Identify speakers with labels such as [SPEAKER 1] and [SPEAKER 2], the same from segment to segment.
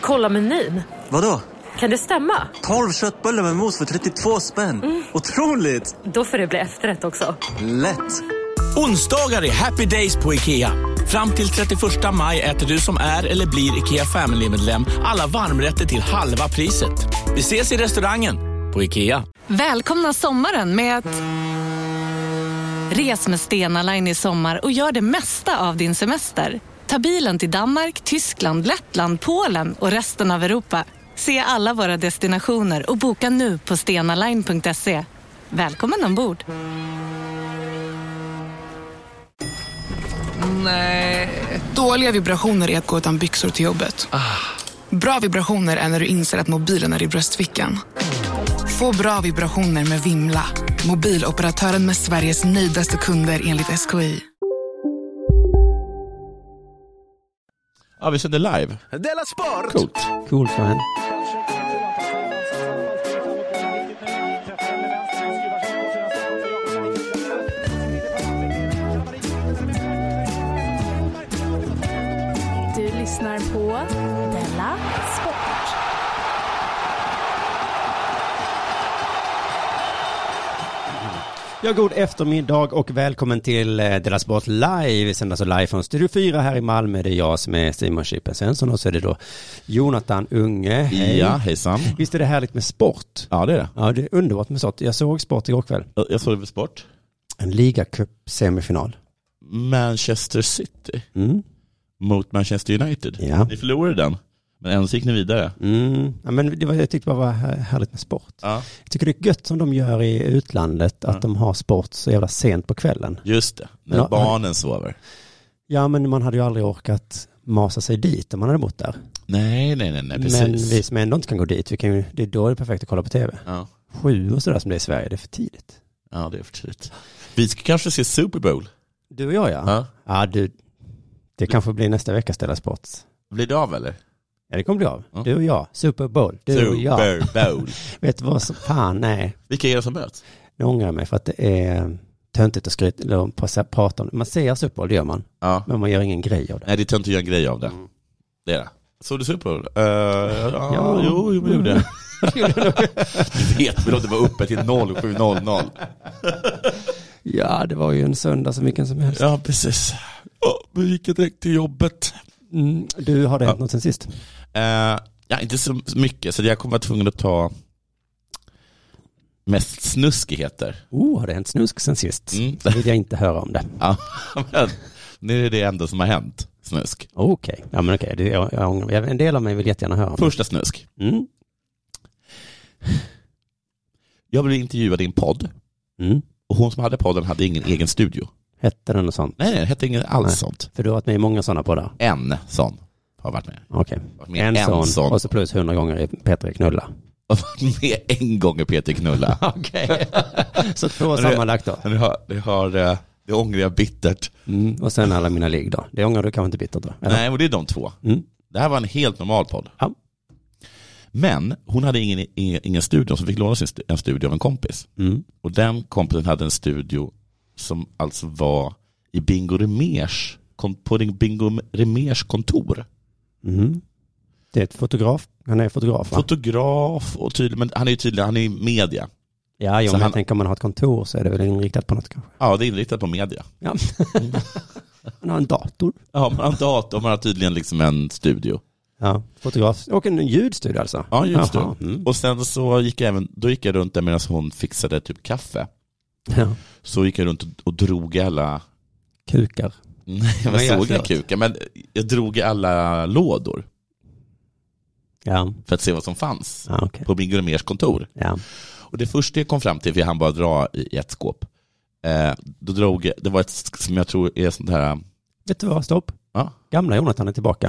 [SPEAKER 1] Kolla menyn.
[SPEAKER 2] Vadå?
[SPEAKER 1] Kan det stämma?
[SPEAKER 2] 12 köttbullar med mos för 32 spänn. Otroligt!
[SPEAKER 1] Då får det bli efterrätt också.
[SPEAKER 2] Lätt!
[SPEAKER 3] Onsdagar är happy days på IKEA. Fram till 31 maj äter du som är eller blir IKEA Family-medlem alla varmrätter till halva priset. Vi ses i restaurangen på IKEA.
[SPEAKER 4] Välkomna sommaren med att... Res med Stena Line i sommar och gör det mesta av din semester. Ta bilen till Danmark, Tyskland, Lettland, Polen och resten av Europa. Se alla våra destinationer och boka nu på stenaline.se. Välkommen ombord!
[SPEAKER 5] Dåliga vibrationer är att gå utan byxor till jobbet. Bra vibrationer är när du inser att mobilen är i bröstfickan. Få bra vibrationer med Vimla. Mobiloperatören med Sveriges nöjdaste kunder enligt SKI.
[SPEAKER 6] Ja, vi sände live.
[SPEAKER 7] Della Sport!
[SPEAKER 6] Coolt.
[SPEAKER 8] Cool fan.
[SPEAKER 9] Du lyssnar på Della Sport.
[SPEAKER 8] Ja, god eftermiddag och välkommen till eh, Della Sport Live. Vi sänder alltså live från Studio 4 här i Malmö. Det är jag som är Simon Chippen Svensson och så är det då Jonathan Unge. Hej.
[SPEAKER 6] Ja, hejsan.
[SPEAKER 8] Visst är det härligt med sport?
[SPEAKER 6] Ja, det är det.
[SPEAKER 8] Ja, det är underbart med sport. Jag såg sport igår kväll.
[SPEAKER 6] Jag såg det på sport.
[SPEAKER 8] En ligacup-semifinal.
[SPEAKER 6] Manchester City
[SPEAKER 8] Mm.
[SPEAKER 6] mot Manchester United.
[SPEAKER 8] Ja.
[SPEAKER 6] Ni förlorade den, men ändå så gick ni vidare.
[SPEAKER 8] Mm. ja, men det var, jag tyckte bara det var här- härligt med sport.
[SPEAKER 6] Ja.
[SPEAKER 8] Jag tycker det är gött som de gör i utlandet, att de har sport så jävla sent på kvällen.
[SPEAKER 6] Just det, när
[SPEAKER 8] Ja.
[SPEAKER 6] barnen sover.
[SPEAKER 8] Ja, men man hade ju aldrig orkat masa sig dit om man hade bott där.
[SPEAKER 6] Nej, nej, nej, nej precis.
[SPEAKER 8] Men vi som ändå inte kan gå dit, vi kan ju, det är då det är perfekt att kolla på tv.
[SPEAKER 6] Ja.
[SPEAKER 8] Sju och sådär som det är i Sverige, det är för tidigt.
[SPEAKER 6] ja, det är för tidigt. Vi ska kanske se Super Bowl.
[SPEAKER 8] Du och jag ja.
[SPEAKER 6] Ja.
[SPEAKER 8] Ja, du. Det kanske blir nästa vecka Stella Sport.
[SPEAKER 6] Blir det av eller?
[SPEAKER 8] Ja, det kommer bli av.
[SPEAKER 6] Ja.
[SPEAKER 8] Du och jag, Super Bowl. Du och jag.
[SPEAKER 6] Super Bowl.
[SPEAKER 8] Vet du vad som, fan nej.
[SPEAKER 6] Vilka är det som möts?
[SPEAKER 8] Nu ångrar jag mig för att det är töntigt att skryta, eller att passa- prata om det. Man säger Super Bowl, det gör man.
[SPEAKER 6] Ja.
[SPEAKER 8] Men man gör ingen grej av det.
[SPEAKER 6] Nej, det är inte att göra en grej av det. Det är det. Mm. Såg du Super Bowl? Eh, ja,
[SPEAKER 8] Ja.
[SPEAKER 6] jo, jo, jag gjorde det. du vet väl att det var uppe till 07.00?
[SPEAKER 8] Ja, det var ju en söndag som vilken som helst.
[SPEAKER 6] Ja, precis. Ja, men gick jag direkt till jobbet.
[SPEAKER 8] Mm, du, har det hänt något sen sist?
[SPEAKER 6] Eh, ja, inte så mycket, så jag kommer vara tvungen att ta mest snuskigheter.
[SPEAKER 8] Oh, har det hänt snusk sen sist?
[SPEAKER 6] Mm.
[SPEAKER 8] Då vill jag inte höra om det.
[SPEAKER 6] Ja, men nu är det det enda som har hänt, snusk.
[SPEAKER 8] Okej, ja men okej, okay. jag, jag, ångrar mig. en del av mig vill jättegärna höra om det.
[SPEAKER 6] Första snusk.
[SPEAKER 8] Mm.
[SPEAKER 6] Jag blev intervjuad i en podd
[SPEAKER 8] Mm.
[SPEAKER 6] och hon som hade podden hade ingen egen studio.
[SPEAKER 8] Hette den och sånt?
[SPEAKER 6] Nej, nej, det hette ingen alls
[SPEAKER 8] Nej.
[SPEAKER 6] sånt.
[SPEAKER 8] För du har varit med i många sådana poddar?
[SPEAKER 6] En sån har varit med.
[SPEAKER 8] Okej.
[SPEAKER 6] Varit med
[SPEAKER 8] En, sån,
[SPEAKER 6] sån.
[SPEAKER 8] och så plus hundra gånger i Petri Knulla.
[SPEAKER 6] Och varit med en gång i Peter Knulla.
[SPEAKER 8] Okej. så två
[SPEAKER 6] Men det-
[SPEAKER 8] sammanlagt då.
[SPEAKER 6] Men Det, har, det, har, eh, det ångrar jag bittert.
[SPEAKER 8] Mm. Och sen alla mina ligg då. Det ångrar du kanske inte bittert då? Eller?
[SPEAKER 6] Nej, och det är de två.
[SPEAKER 8] Mm.
[SPEAKER 6] Det här var en helt normal podd.
[SPEAKER 8] Ja.
[SPEAKER 6] Men hon hade ingen, ingen, ingen studio, så fick låna sin stu- en studio av en kompis.
[SPEAKER 8] Mm.
[SPEAKER 6] Och den kompisen hade en studio som alltså var i Bingo Remers, kon- på din Bingo Remers kontor.
[SPEAKER 8] Mm. Det är ett fotograf. Han är fotograf va?
[SPEAKER 6] Fotograf och tydlig, men han är ju tydlig, han är i media.
[SPEAKER 8] ja, jo,
[SPEAKER 6] så
[SPEAKER 8] men
[SPEAKER 6] han-
[SPEAKER 8] jag tänker om man har ett kontor så är det väl inriktat på något kanske.
[SPEAKER 6] Ja, det är inriktat på media.
[SPEAKER 8] Ja. han har en dator.
[SPEAKER 6] Ja, man har en dator, man har tydligen liksom en studio.
[SPEAKER 8] Ja, fotograf. Och en ljudstudio alltså?
[SPEAKER 6] Ja, just
[SPEAKER 8] Jaha.
[SPEAKER 6] det.
[SPEAKER 8] Mm.
[SPEAKER 6] Och sen så gick jag även, då gick jag runt där medan hon fixade typ kaffe.
[SPEAKER 8] Ja.
[SPEAKER 6] Så gick jag runt och, och drog i alla,
[SPEAKER 8] Kukar.
[SPEAKER 6] nej
[SPEAKER 8] Men
[SPEAKER 6] jag såg
[SPEAKER 8] jäklar.
[SPEAKER 6] inga kukar, men jag drog i alla lådor
[SPEAKER 8] Ja,
[SPEAKER 6] för att se vad som fanns
[SPEAKER 8] ja okej.
[SPEAKER 6] på Bingo Remers kontor.
[SPEAKER 8] Ja.
[SPEAKER 6] Och det första jag kom fram till, för jag hann bara dra i ett skåp, eh, då drog jag, det var ett sk- som jag tror är sånt här,
[SPEAKER 8] Vet du vad, stopp.
[SPEAKER 6] Ja.
[SPEAKER 8] Gamla Jonathan är tillbaka.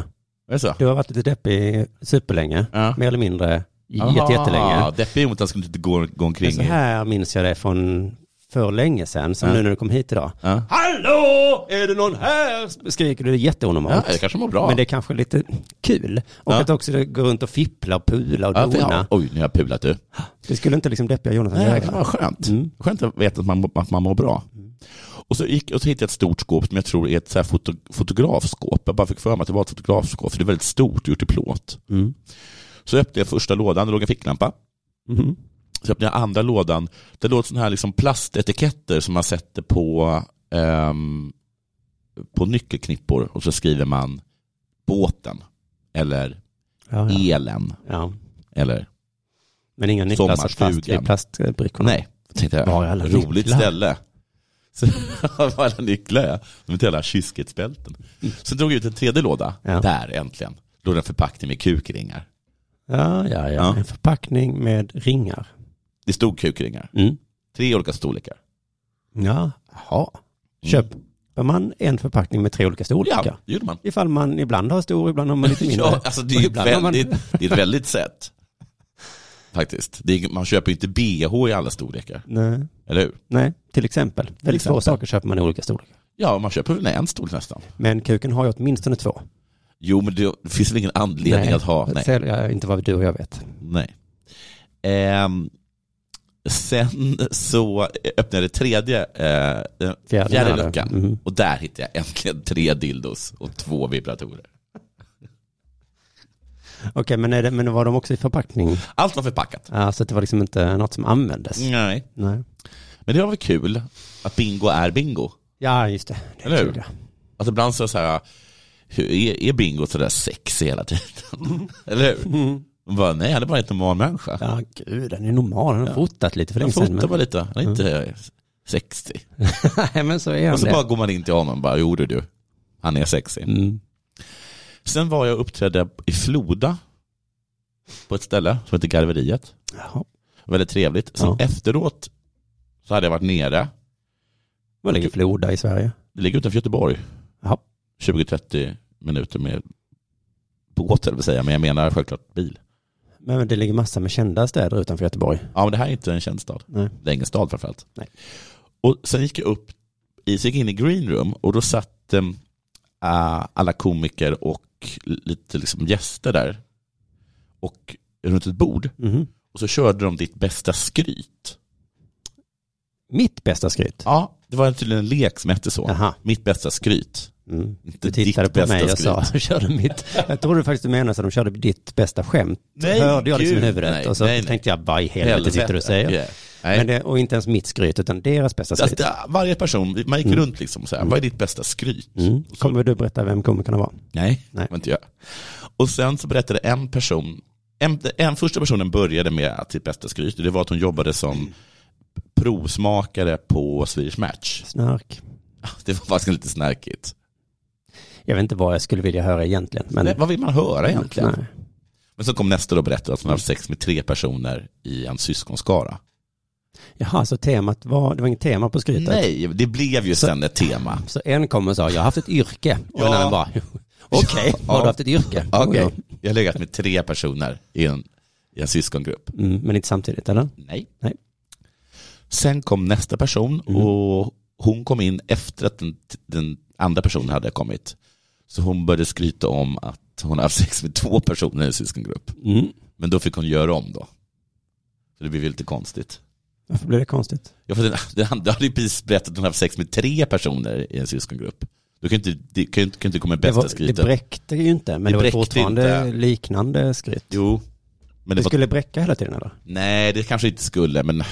[SPEAKER 6] är det så?
[SPEAKER 8] Du har varit lite deppig superlänge,
[SPEAKER 6] Ja.
[SPEAKER 8] mer eller mindre
[SPEAKER 6] Aha,
[SPEAKER 8] jätte- jättelänge.
[SPEAKER 6] Deppig mot att han skulle inte gå, gå
[SPEAKER 8] Men
[SPEAKER 6] omkring
[SPEAKER 8] så
[SPEAKER 6] i-
[SPEAKER 8] här minns jag det från för länge sedan, som
[SPEAKER 6] Ja.
[SPEAKER 8] nu när du kom hit idag.
[SPEAKER 6] Ja.
[SPEAKER 8] Hallå, är det någon här? Skriker du, det är
[SPEAKER 6] Ja,
[SPEAKER 8] jätteonormalt.
[SPEAKER 6] det kanske mår bra.
[SPEAKER 8] Men det är kanske lite kul. Och
[SPEAKER 6] Ja.
[SPEAKER 8] att också det går runt och fippla och pula och
[SPEAKER 6] ja, för,
[SPEAKER 8] dona.
[SPEAKER 6] ja. Oj, nu har jag pulat du.
[SPEAKER 8] Det skulle inte liksom deppiga Jonathan
[SPEAKER 6] Nej, det
[SPEAKER 8] göra.
[SPEAKER 6] kan vara skönt.
[SPEAKER 8] Mm.
[SPEAKER 6] Skönt att veta att man, att man mår bra. Och så, gick, och så hittade jag ett stort skåp som jag tror är ett så här foto, fotografskåp. Jag bara fick för mig att det var ett fotografskåp, för det är väldigt stort, gjort i plåt.
[SPEAKER 8] Mm.
[SPEAKER 6] Så öppnade jag första lådan, det låg en ficklampa.
[SPEAKER 8] Mhm.
[SPEAKER 6] Så öppnade jag andra lådan, det låg sådana här liksom plastetiketter som man sätter på, ehm, på nyckelknippor och så skriver man båten, eller
[SPEAKER 8] Ja, ja.
[SPEAKER 6] elen,
[SPEAKER 8] ja.
[SPEAKER 6] eller
[SPEAKER 8] Men inga nycklar satt fast
[SPEAKER 6] Sommarstugan.
[SPEAKER 8] vid plastbrickorna.
[SPEAKER 6] nej. Så tänkte jag,
[SPEAKER 8] Var är alla
[SPEAKER 6] roligt
[SPEAKER 8] nycklar?
[SPEAKER 6] ställe. Så var alla nycklar ja. De inte hela kyskhetsbälten. Sen drog jag ut en tredje låda,
[SPEAKER 8] Ja.
[SPEAKER 6] där äntligen. Låg det en förpackning med kukringar.
[SPEAKER 8] Ja, ja, ja,
[SPEAKER 6] Ja.
[SPEAKER 8] En förpackning med ringar.
[SPEAKER 6] Det stod kukringar,
[SPEAKER 8] Mm.
[SPEAKER 6] tre olika storlekar.
[SPEAKER 8] Ja, jaha. Köper man en förpackning med tre olika storlekar?
[SPEAKER 6] Mm. Ja, det gjorde man.
[SPEAKER 8] Ifall man ibland har stor, ibland har man lite mindre.
[SPEAKER 6] Ja, alltså det är
[SPEAKER 8] Och
[SPEAKER 6] ju
[SPEAKER 8] ibland har man-
[SPEAKER 6] väldigt, det är ett väldigt sätt. Faktiskt. Det är, man köper ju inte bh i alla storlekar,
[SPEAKER 8] Nej,
[SPEAKER 6] eller hur?
[SPEAKER 8] nej, till exempel. Väldigt
[SPEAKER 6] exempel.
[SPEAKER 8] få saker köper man i olika storlekar.
[SPEAKER 6] Ja, man köper väl en storlek nästan.
[SPEAKER 8] Men kuken har ju åtminstone två.
[SPEAKER 6] Jo, men det, det finns väl ingen anledning att ha. Nej.
[SPEAKER 8] Sälj- ja, inte vad du och jag vet.
[SPEAKER 6] nej. Ehm, sen så öppnade jag det tredje, eh, eh,
[SPEAKER 8] Fjärde
[SPEAKER 6] fjärde
[SPEAKER 8] nära.
[SPEAKER 6] luckan.
[SPEAKER 8] Mhm.
[SPEAKER 6] Och där hittade jag äntligen tre dildos och två vibratorer.
[SPEAKER 8] Okej, men, är det, men var de också i förpackning?
[SPEAKER 6] Allt var förpackat.
[SPEAKER 8] Ja, så att det var liksom inte något som användes?
[SPEAKER 6] Nej.
[SPEAKER 8] Nej.
[SPEAKER 6] Men det var väl kul att bingo är bingo.
[SPEAKER 8] Ja, just det. det
[SPEAKER 6] Eller hur?
[SPEAKER 8] tror jag.
[SPEAKER 6] Att ibland så är det så här, hur är, är bingo sådär sexig hela tiden? Eller hur? Man bara, nej, han är bara en normal människa.
[SPEAKER 8] Mm. Ja, gud, den är normal. Den har fotat lite för länge
[SPEAKER 6] jag
[SPEAKER 8] sedan.
[SPEAKER 6] fotar
[SPEAKER 8] Men... Mm.
[SPEAKER 6] bara lite, han är inte 60.
[SPEAKER 8] Nej, men så är han
[SPEAKER 6] Och så
[SPEAKER 8] det.
[SPEAKER 6] bara går man in till honom och bara, jo du, du, han är sexig.
[SPEAKER 8] Mm.
[SPEAKER 6] Sen var jag och uppträdde i Floda på ett ställe som heter Garveriet.
[SPEAKER 8] Jaha.
[SPEAKER 6] Väldigt trevligt. Sen
[SPEAKER 8] Ja.
[SPEAKER 6] efteråt så hade jag varit nere,
[SPEAKER 8] Var ligger Floda i Sverige?
[SPEAKER 6] det ligger utanför Göteborg,
[SPEAKER 8] Jaha.
[SPEAKER 6] 20-30 minuter med båt, eller vad säga, men jag menar självklart bil.
[SPEAKER 8] Men men det ligger massa med kända städer utanför Göteborg.
[SPEAKER 6] Ja, men det här är inte en känd stad.
[SPEAKER 8] Nej.
[SPEAKER 6] Det är ingen stad framförallt.
[SPEAKER 8] Nej.
[SPEAKER 6] Och sen gick jag upp, i- så gick jag in i green room och då satt em, ah, alla komiker och lite liksom gäster där. Och runt ett bord.
[SPEAKER 8] Mhm.
[SPEAKER 6] Och så körde de ditt bästa skryt.
[SPEAKER 8] Mitt bästa skryt.
[SPEAKER 6] Ja, det var tydligen en lek som hette så.
[SPEAKER 8] Jaha.
[SPEAKER 6] Mitt bästa skryt.
[SPEAKER 8] Mm.
[SPEAKER 6] Inte
[SPEAKER 8] Du tittade
[SPEAKER 6] ditt
[SPEAKER 8] på
[SPEAKER 6] bästa
[SPEAKER 8] mig och
[SPEAKER 6] skryt.
[SPEAKER 8] sa, de körde mitt. Jag trodde faktiskt du menade att de körde ditt bästa skämt.
[SPEAKER 6] Nej,
[SPEAKER 8] Hörde jag liksom i
[SPEAKER 6] gud,
[SPEAKER 8] huvudet.
[SPEAKER 6] nej,
[SPEAKER 8] och så
[SPEAKER 6] nej, nej.
[SPEAKER 8] tänkte jag, vad i helvete sitter du och säger?
[SPEAKER 6] Yeah. Nej.
[SPEAKER 8] Men det, och inte ens mitt skryt, utan deras bästa
[SPEAKER 6] Alltså,
[SPEAKER 8] skryt.
[SPEAKER 6] det, varje person, man gick runt liksom så här, vad är ditt bästa skryt?
[SPEAKER 8] Mm.
[SPEAKER 6] Och så-
[SPEAKER 8] Kommer du berätta vem komikerna var?
[SPEAKER 6] Nej,
[SPEAKER 8] Nej.
[SPEAKER 6] det var inte jag. Och sen så berättade en person, en, en första personen började med att sitt bästa skryt, det var att hon jobbade som provsmakare på Swedish Match.
[SPEAKER 8] Snark.
[SPEAKER 6] Det var faktiskt lite snärkigt.
[SPEAKER 8] Jag vet inte vad jag skulle vilja höra egentligen. Men...
[SPEAKER 6] Nej, vad vill man höra egentligen?
[SPEAKER 8] Nej.
[SPEAKER 6] Men så kom nästa då och berättade att hon hade sex med tre personer i en syskonskara.
[SPEAKER 8] Jaha, så temat var, det var inget tema på skrytet?
[SPEAKER 6] Nej, det blev ju sen ett tema.
[SPEAKER 8] Så en kom och sa, jag har haft ett yrke. Och en
[SPEAKER 6] Ja.
[SPEAKER 8] annan bara, okej,
[SPEAKER 6] Ja.
[SPEAKER 8] har du haft ett yrke?
[SPEAKER 6] Okej,
[SPEAKER 8] Oj
[SPEAKER 6] jag har legat med tre personer i en, i en syskongrupp.
[SPEAKER 8] då. Mm, men inte samtidigt, eller?
[SPEAKER 6] Nej.
[SPEAKER 8] Nej. Mm.
[SPEAKER 6] Sen kom nästa person och hon kom in efter att den, den andra personen hade kommit. Så hon började skryta om att hon hade haft sex med två personer i en syskongrupp.
[SPEAKER 8] Mm.
[SPEAKER 6] Men då fick hon göra om då. Så det blev ju lite konstigt.
[SPEAKER 8] Varför blev det konstigt?
[SPEAKER 6] Ja, för den, den andra hade ju precis berättat att hon haft sex med tre personer i en syskongrupp. Du kan ju inte, det kan ju inte, kan ju inte komma med
[SPEAKER 8] Det,
[SPEAKER 6] bästa
[SPEAKER 8] var, det
[SPEAKER 6] skrytet.
[SPEAKER 8] bräckte ju inte, men det, var
[SPEAKER 6] bräckte
[SPEAKER 8] fortfarande
[SPEAKER 6] inte.
[SPEAKER 8] liknande skryt.
[SPEAKER 6] jo, men
[SPEAKER 8] det
[SPEAKER 6] det var,
[SPEAKER 8] skulle bräcka hela tiden, eller?
[SPEAKER 6] nej det kanske inte skulle, men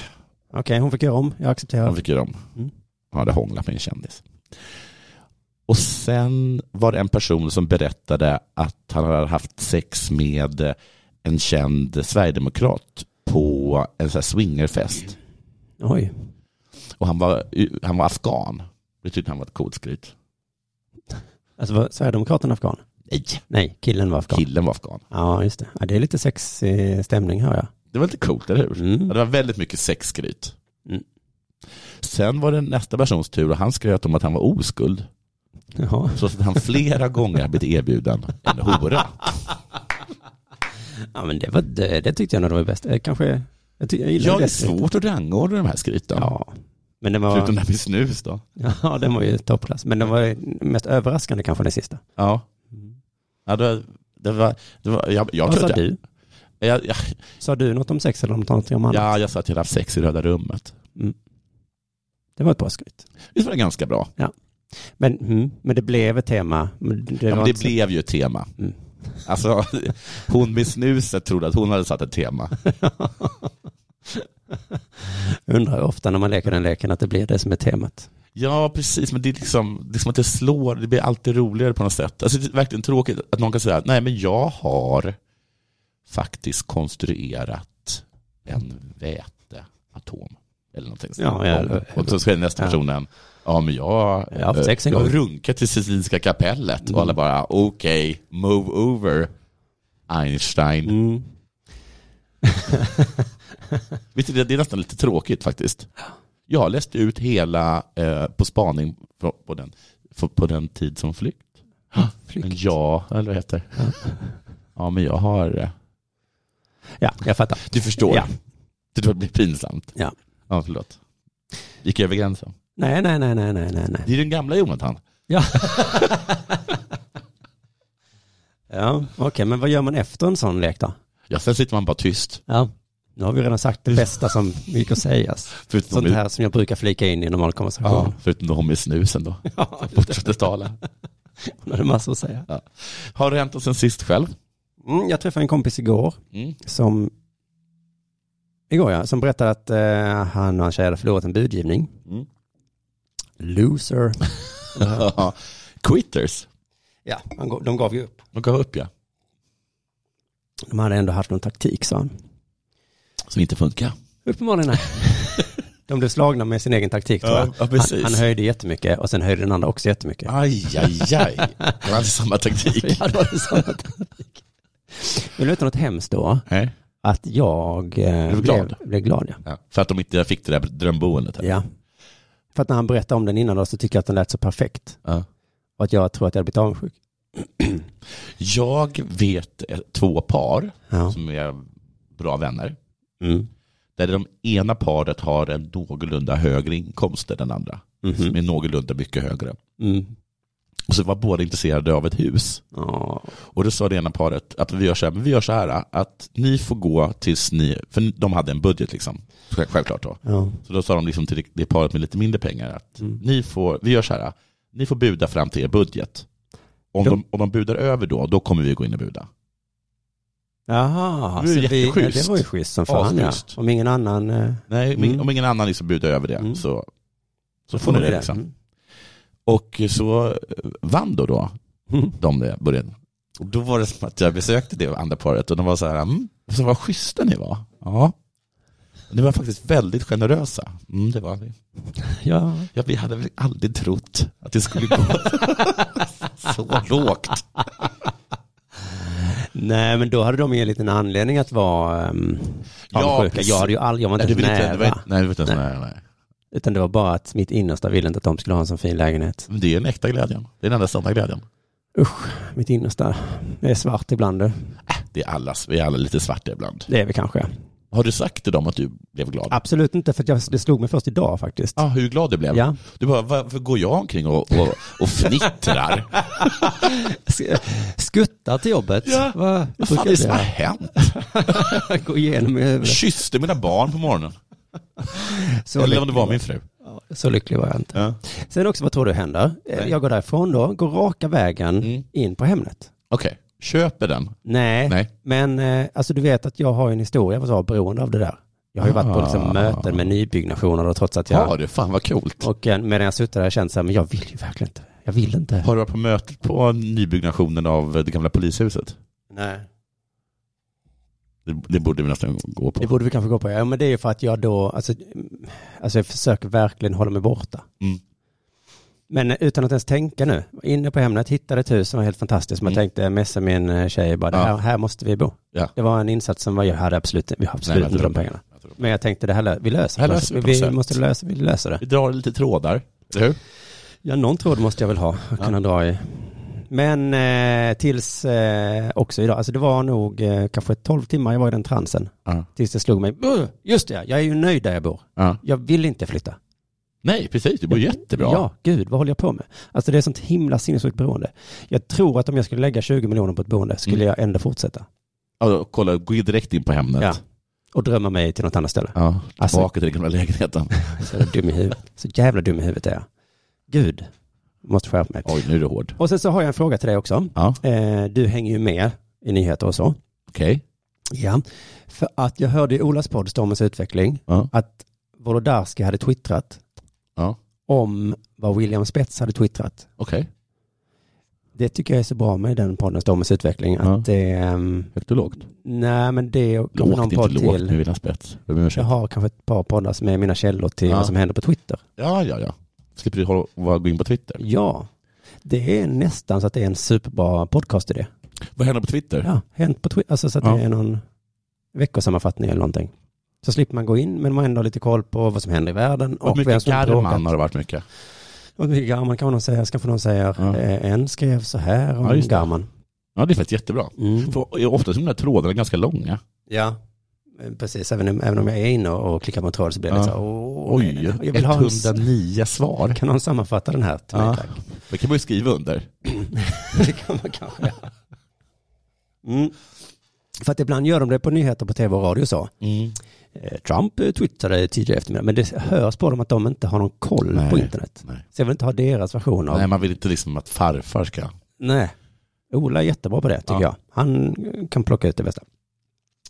[SPEAKER 8] Okej, hon fick göra om, jag accepterar.
[SPEAKER 6] Han fick göra om.
[SPEAKER 8] Mm.
[SPEAKER 6] Han hade hånglat med en kändis. Och sen var det en person som berättade att han hade haft sex med en känd sverigedemokrat på en sån här swingerfest.
[SPEAKER 8] Oj,
[SPEAKER 6] Och han var, han var afghan. Det tyckte han var ett coolt skryt.
[SPEAKER 8] alltså var Sverigedemokraterna afghan?
[SPEAKER 6] Nej,
[SPEAKER 8] Nej, killen var afghan.
[SPEAKER 6] killen var afghan.
[SPEAKER 8] Ja, just det. Ja, det är lite sexig stämning här, ja.
[SPEAKER 6] Det var lite coolt, eller hur?
[SPEAKER 8] Mm.
[SPEAKER 6] Ja, det var väldigt mycket sexskryt.
[SPEAKER 8] Mm.
[SPEAKER 6] Sen var det nästa persons tur och han skröt om att han var oskuld.
[SPEAKER 8] Jaha.
[SPEAKER 6] Så att han flera gånger hade blivit erbjuden en hora.
[SPEAKER 8] Ja, men det, var, det, det tyckte jag nog det var bäst. Eh, Kanske, jag, ty, jag gillar
[SPEAKER 6] Ja, det är
[SPEAKER 8] det skrytet.
[SPEAKER 6] svårt att rangordna de här skryten.
[SPEAKER 8] Ja, men den var,
[SPEAKER 6] Förutom den här med snus då.
[SPEAKER 8] ja, den var ju toppklass. Men den var mest överraskande kanske den sista.
[SPEAKER 6] Ja. ja det, var- det var, det var, jag, jag
[SPEAKER 8] Vad
[SPEAKER 6] tror
[SPEAKER 8] sa
[SPEAKER 6] att jag,
[SPEAKER 8] du?
[SPEAKER 6] jag, jag,
[SPEAKER 8] Sa du något om sex eller om något om annat?
[SPEAKER 6] ja, jag sa att jag hade haft sex i Röda rummet.
[SPEAKER 8] Det var ett bra skryt.
[SPEAKER 6] Visst var det ganska bra?
[SPEAKER 8] Men, mm, men det blev ett tema. Men det,
[SPEAKER 6] Ja,
[SPEAKER 8] var
[SPEAKER 6] men det
[SPEAKER 8] inte så-
[SPEAKER 6] blev ju ett tema.
[SPEAKER 8] Mm.
[SPEAKER 6] Alltså, hon med snuset trodde att hon hade satt ett tema.
[SPEAKER 8] Jag undrar ofta när man leker den leken att det blir det som är temat.
[SPEAKER 6] Ja, precis, men det är liksom, det är som att det slår, det blir alltid roligare på något sätt. Alltså, det är verkligen tråkigt att någon kan säga, nej men jag har faktiskt konstruerat en väteatom. Eller någonting sånt.
[SPEAKER 8] Ja, ja, eller-
[SPEAKER 6] och så säger nästa
[SPEAKER 8] Ja.
[SPEAKER 6] personen, ja men jag,
[SPEAKER 8] Jag har haft
[SPEAKER 6] eh,
[SPEAKER 8] sex en
[SPEAKER 6] jag
[SPEAKER 8] gång."
[SPEAKER 6] runkat till Siciliska kapellet. Och alla bara, okej, move over Einstein.
[SPEAKER 8] Mm.
[SPEAKER 6] Vet du, det- det är nästan lite tråkigt faktiskt. Jag har läst ut hela eh, På spaning på, på, den, på, på den tid som flykt. Men jag, eller vad heter det? Ja, men jag har... eh,
[SPEAKER 8] Ja, jag fattar.
[SPEAKER 6] Du förstår.
[SPEAKER 8] Ja.
[SPEAKER 6] Det tror jag blir pinsamt.
[SPEAKER 8] Ja.
[SPEAKER 6] Ja, förlåt. Gick jag över gränsen?
[SPEAKER 8] Nej, nej, nej, nej, nej, nej, nej.
[SPEAKER 6] Det är den gamla Jonathan.
[SPEAKER 8] Ja. ja, okej, men vad gör man efter en sån lek då?
[SPEAKER 6] Ja, sen sitter man bara tyst.
[SPEAKER 8] Ja, nu har vi redan sagt det bästa som gick att sägas.
[SPEAKER 6] Förutom
[SPEAKER 8] Sånt
[SPEAKER 6] i-
[SPEAKER 8] här som jag brukar flika in i normal
[SPEAKER 6] Ja,
[SPEAKER 8] konversation.
[SPEAKER 6] förutom då hon med snusen då.
[SPEAKER 8] Ja,
[SPEAKER 6] Fortsätter tala.
[SPEAKER 8] hon hade massor att säga.
[SPEAKER 6] Har det hänt oss sen sist själv?
[SPEAKER 8] Mm, jag träffade en kompis igår
[SPEAKER 6] Mm.
[SPEAKER 8] som igår ja, som berättade att eh, han och hans tjej hade förlorat en budgivning.
[SPEAKER 6] Mm.
[SPEAKER 8] Loser.
[SPEAKER 6] Quitters.
[SPEAKER 8] Ja, han gav- de gav ju upp.
[SPEAKER 6] De gav upp ja.
[SPEAKER 8] De hade ändå haft någon taktik sa han.
[SPEAKER 6] Som inte funkar.
[SPEAKER 8] Uppenbarligen nej. De blev slagna med sin egen taktik tror
[SPEAKER 6] Ja,
[SPEAKER 8] jag.
[SPEAKER 6] ja, precis.
[SPEAKER 8] Han, han höjde jättemycket och sen höjde den andra också jättemycket.
[SPEAKER 6] Aj, aj, aj. Det var inte samma taktik.
[SPEAKER 8] Ja, det var det samma taktik. Vill du veta något hemskt då?
[SPEAKER 6] Nej.
[SPEAKER 8] Att jag eh,
[SPEAKER 6] blev glad.
[SPEAKER 8] Blev, blev glad ja.
[SPEAKER 6] För att de inte fick det där drömboendet. här.
[SPEAKER 8] ja. För att när han berättade om den innan då så tycker jag att den lät så perfekt.
[SPEAKER 6] Ja.
[SPEAKER 8] Och att jag tror att jag hade blivit avundsjuk.
[SPEAKER 6] Jag vet eh, två par
[SPEAKER 8] Ja.
[SPEAKER 6] som är bra vänner.
[SPEAKER 8] Mm.
[SPEAKER 6] Där de ena paret har en någorlunda högre inkomst än den andra.
[SPEAKER 8] Mhm.
[SPEAKER 6] Som är någorlunda mycket högre.
[SPEAKER 8] Mm.
[SPEAKER 6] Och så var båda intresserade av ett hus.
[SPEAKER 8] Ja.
[SPEAKER 6] Och då sa det ena paret att vi gör så här, men vi gör så här att ni får gå tills ni, för de hade en budget liksom, Själv- självklart då.
[SPEAKER 8] Ja.
[SPEAKER 6] Så då sa de liksom till det- det paret med lite mindre pengar att
[SPEAKER 8] Mm.
[SPEAKER 6] ni får, vi gör så här, ni får buda fram till er budget. Om,
[SPEAKER 8] Ja.
[SPEAKER 6] de, om de budar över då, då kommer vi gå in och buda.
[SPEAKER 8] Jaha,
[SPEAKER 6] Det var ju
[SPEAKER 8] så vi-
[SPEAKER 6] jätteschysst.
[SPEAKER 8] ja, det var ju schysst som fan ja.
[SPEAKER 6] Asschysst.
[SPEAKER 8] Om ingen annan... eh,
[SPEAKER 6] Nej, om ing-
[SPEAKER 8] Mm.
[SPEAKER 6] om ingen annan liksom budar över det
[SPEAKER 8] Mm.
[SPEAKER 6] så, så får ni det. Liksom.
[SPEAKER 8] Mm.
[SPEAKER 6] Och så eh, vann då, då
[SPEAKER 8] Mm.
[SPEAKER 6] de det budgeten. Och då var det som att jag besökte det andra paret och de var så här, mm, så vad schyssta ni var. Ja. Ni var faktiskt väldigt generösa. Mm, det var vi.
[SPEAKER 8] Ja.
[SPEAKER 6] Ja, vi hade väl aldrig trott att det skulle gå så lågt.
[SPEAKER 8] Nej, men då hade de ju en liten anledning att vara um,
[SPEAKER 6] Ja,
[SPEAKER 8] avundsjuka.
[SPEAKER 6] precis.
[SPEAKER 8] Jag, hade ju all, jag var
[SPEAKER 6] Nej,
[SPEAKER 8] inte
[SPEAKER 6] det vill
[SPEAKER 8] ens
[SPEAKER 6] inte, det
[SPEAKER 8] nära.
[SPEAKER 6] var, inte- nej, det var inte ens
[SPEAKER 8] Nej.
[SPEAKER 6] nära. Nej.
[SPEAKER 8] Utan det var bara att mitt innersta ville inte att de skulle ha en sån fin lägenhet.
[SPEAKER 6] Men Det är den äkta glädjen. Det är den enda sanna glädjen.
[SPEAKER 8] Mitt innersta är svart ibland du.
[SPEAKER 6] Äh, Det är allas, vi är alla lite svarta ibland.
[SPEAKER 8] Det är vi kanske.
[SPEAKER 6] Har du sagt till dem att du blev glad?
[SPEAKER 8] Absolut inte, för att jag, det slog mig först idag faktiskt.
[SPEAKER 6] Ah, hur glad du blev?
[SPEAKER 8] Ja.
[SPEAKER 6] Du bara, varför går jag omkring och, och, och fnittrar?
[SPEAKER 8] Sk- Skuttar till jobbet.
[SPEAKER 6] Ja.
[SPEAKER 8] Vad
[SPEAKER 6] Vad fan är det som har
[SPEAKER 8] brukar
[SPEAKER 6] hänt?
[SPEAKER 8] jag gå igenom i huvudet?
[SPEAKER 6] Kysste mina barn på morgonen?
[SPEAKER 8] Så
[SPEAKER 6] Eller om det
[SPEAKER 8] lycklig,
[SPEAKER 6] var min fru?
[SPEAKER 8] så lycklig var jag inte.
[SPEAKER 6] Ja.
[SPEAKER 8] Sen också, vad tror du händer? Eh, Jag går därifrån då, går raka vägen
[SPEAKER 6] Mm.
[SPEAKER 8] in på Hemnet.
[SPEAKER 6] Okej, köper den?
[SPEAKER 8] Nej,
[SPEAKER 6] Nej.
[SPEAKER 8] men eh, alltså du vet att jag har ju en historia av att vara beroende av det där. Jag har ju varit på liksom,
[SPEAKER 6] Ah.
[SPEAKER 8] möten med nybyggnationer och trots att jag...
[SPEAKER 6] Har du? Fan vad coolt.
[SPEAKER 8] Och eh, medan jag suttit där jag kände så här, men jag vill ju verkligen inte. Jag vill inte.
[SPEAKER 6] Har du varit på mötet på nybyggnationen av det gamla polishuset?
[SPEAKER 8] Nej.
[SPEAKER 6] Det, det borde vi nästan gå på.
[SPEAKER 8] Det borde vi kanske gå på. Ja, men det är ju för att jag då, alltså, mm, alltså jag försöker verkligen hålla mig borta.
[SPEAKER 6] Mm.
[SPEAKER 8] Men eh, utan att ens tänka nu, inne på Hemnet, hittade ett hus som var helt fantastiskt. Som
[SPEAKER 6] Mm.
[SPEAKER 8] jag tänkte, messa min eh, tjej, bara, det här,
[SPEAKER 6] Ja.
[SPEAKER 8] här måste vi bo.
[SPEAKER 6] Ja.
[SPEAKER 8] Det var en insats som var, jag hade absolut, vi har absolut
[SPEAKER 6] Nej, men jag
[SPEAKER 8] inte de
[SPEAKER 6] tror-
[SPEAKER 8] pengarna.
[SPEAKER 6] jag tror-
[SPEAKER 8] Men jag tänkte, det här, lö- vi löser
[SPEAKER 6] Här
[SPEAKER 8] det.
[SPEAKER 6] löser vi på
[SPEAKER 8] vi,
[SPEAKER 6] något sätt.
[SPEAKER 8] måste lösa, vi löser det.
[SPEAKER 6] Vi drar lite trådar, eller hur?
[SPEAKER 8] Ja, någon tråd måste jag väl ha att
[SPEAKER 6] Ja.
[SPEAKER 8] kunna dra i. Men eh, tills eh, också idag, alltså det var nog eh, kanske 12 timmar jag var i den transen.
[SPEAKER 6] Ja.
[SPEAKER 8] Tills det slog mig, "Buh, just det, jag är ju nöjd där jag bor.
[SPEAKER 6] Ja.
[SPEAKER 8] Jag vill inte flytta.
[SPEAKER 6] Nej, precis. Det går jättebra.
[SPEAKER 8] Ja, gud, vad håller jag på med? Alltså det är sånt himla sinnessjukt beroende. Jag tror att om jag skulle lägga 20 miljoner på ett boende skulle
[SPEAKER 6] Mm.
[SPEAKER 8] jag ändå fortsätta.
[SPEAKER 6] Ja, kolla, gå direkt in på Hemnet.
[SPEAKER 8] Ja. och drömmer mig till något annat ställe.
[SPEAKER 6] Ja,
[SPEAKER 8] Alltså-
[SPEAKER 6] tillbaka till den gamla lägenheten.
[SPEAKER 8] Så jävla dum i huvudet. Så jävla dum i huvudet är jag. Gud, måste skärpa mig.
[SPEAKER 6] Oj, nu är du hård.
[SPEAKER 8] Och sen så har jag en fråga till dig också.
[SPEAKER 6] Ja,
[SPEAKER 8] Eh, du hänger ju med i nyheter och så.
[SPEAKER 6] okej.
[SPEAKER 8] Ja. För att jag hörde i Olas podd Stormens utveckling
[SPEAKER 6] Ja.
[SPEAKER 8] att Wolodarski hade twittrat
[SPEAKER 6] Ja.
[SPEAKER 8] om vad William Spets hade twittrat.
[SPEAKER 6] Okej.
[SPEAKER 8] Det tycker jag är så bra med den podden Stormens utveckling.
[SPEAKER 6] Ja.
[SPEAKER 8] Att det, ehm,
[SPEAKER 6] Högt och lågt?
[SPEAKER 8] nej men det kommer någon
[SPEAKER 6] Lågt, inte
[SPEAKER 8] podd
[SPEAKER 6] lågt. Nu
[SPEAKER 8] till.
[SPEAKER 6] vill han spets. Jag ber om
[SPEAKER 8] Jag
[SPEAKER 6] ursäkt.
[SPEAKER 8] har kanske ett par poddar som är mina källor till
[SPEAKER 6] Ja.
[SPEAKER 8] vad som händer på Twitter.
[SPEAKER 6] Ja, ja, ja. Slipper du hålla- vara- gå in på Twitter?
[SPEAKER 8] Ja, det är nästan så att det är en superbra podcast i det.
[SPEAKER 6] Vad händer på Twitter?
[SPEAKER 8] Ja, hänt på Twitter, alltså så att
[SPEAKER 6] Ja.
[SPEAKER 8] det är någon veckosammanfattning eller någonting. Så slipper man gå in, men man har ändå lite koll på vad som händer i världen
[SPEAKER 6] Och
[SPEAKER 8] och vem
[SPEAKER 6] mycket
[SPEAKER 8] som
[SPEAKER 6] Garman har
[SPEAKER 8] bråkat.
[SPEAKER 6] det varit mycket.
[SPEAKER 8] Och mycket Garman kan man säga, ska få någon säga.
[SPEAKER 6] Ja.
[SPEAKER 8] Eh, en skrev så här om
[SPEAKER 6] Ja, just det.
[SPEAKER 8] Garman.
[SPEAKER 6] Ja, det är faktiskt jättebra.
[SPEAKER 8] Mm.
[SPEAKER 6] För oftast är de där trådarna ganska långa.
[SPEAKER 8] Ja, eh, precis. Även, om- även om jag är inne och klickar på en tråd så blir det
[SPEAKER 6] Ja.
[SPEAKER 8] så här, åh, nej, nej,
[SPEAKER 6] Oj,
[SPEAKER 8] nej. jag vill ha en... s-
[SPEAKER 6] 109 svar.
[SPEAKER 8] Kan någon sammanfatta den här till mig,
[SPEAKER 6] Ja.
[SPEAKER 8] tack?
[SPEAKER 6] Det kan man ju skriva under.
[SPEAKER 8] Det kan man kanske göra. Mm. För att ibland gör de det på nyheter på tv och radio och så. Eh, Trump eh, twittrade tidigare i eftermiddag, men det hörs på dem att de inte har någon koll
[SPEAKER 6] Nej.
[SPEAKER 8] på internet.
[SPEAKER 6] Nej.
[SPEAKER 8] Så jag vill inte ha deras version av...
[SPEAKER 6] Nej,
[SPEAKER 8] Nej.
[SPEAKER 6] man vill inte liksom att farfar ska...
[SPEAKER 8] Ola är jättebra på det tycker
[SPEAKER 6] Ja.
[SPEAKER 8] jag. Han eh, kan plocka ut det bästa.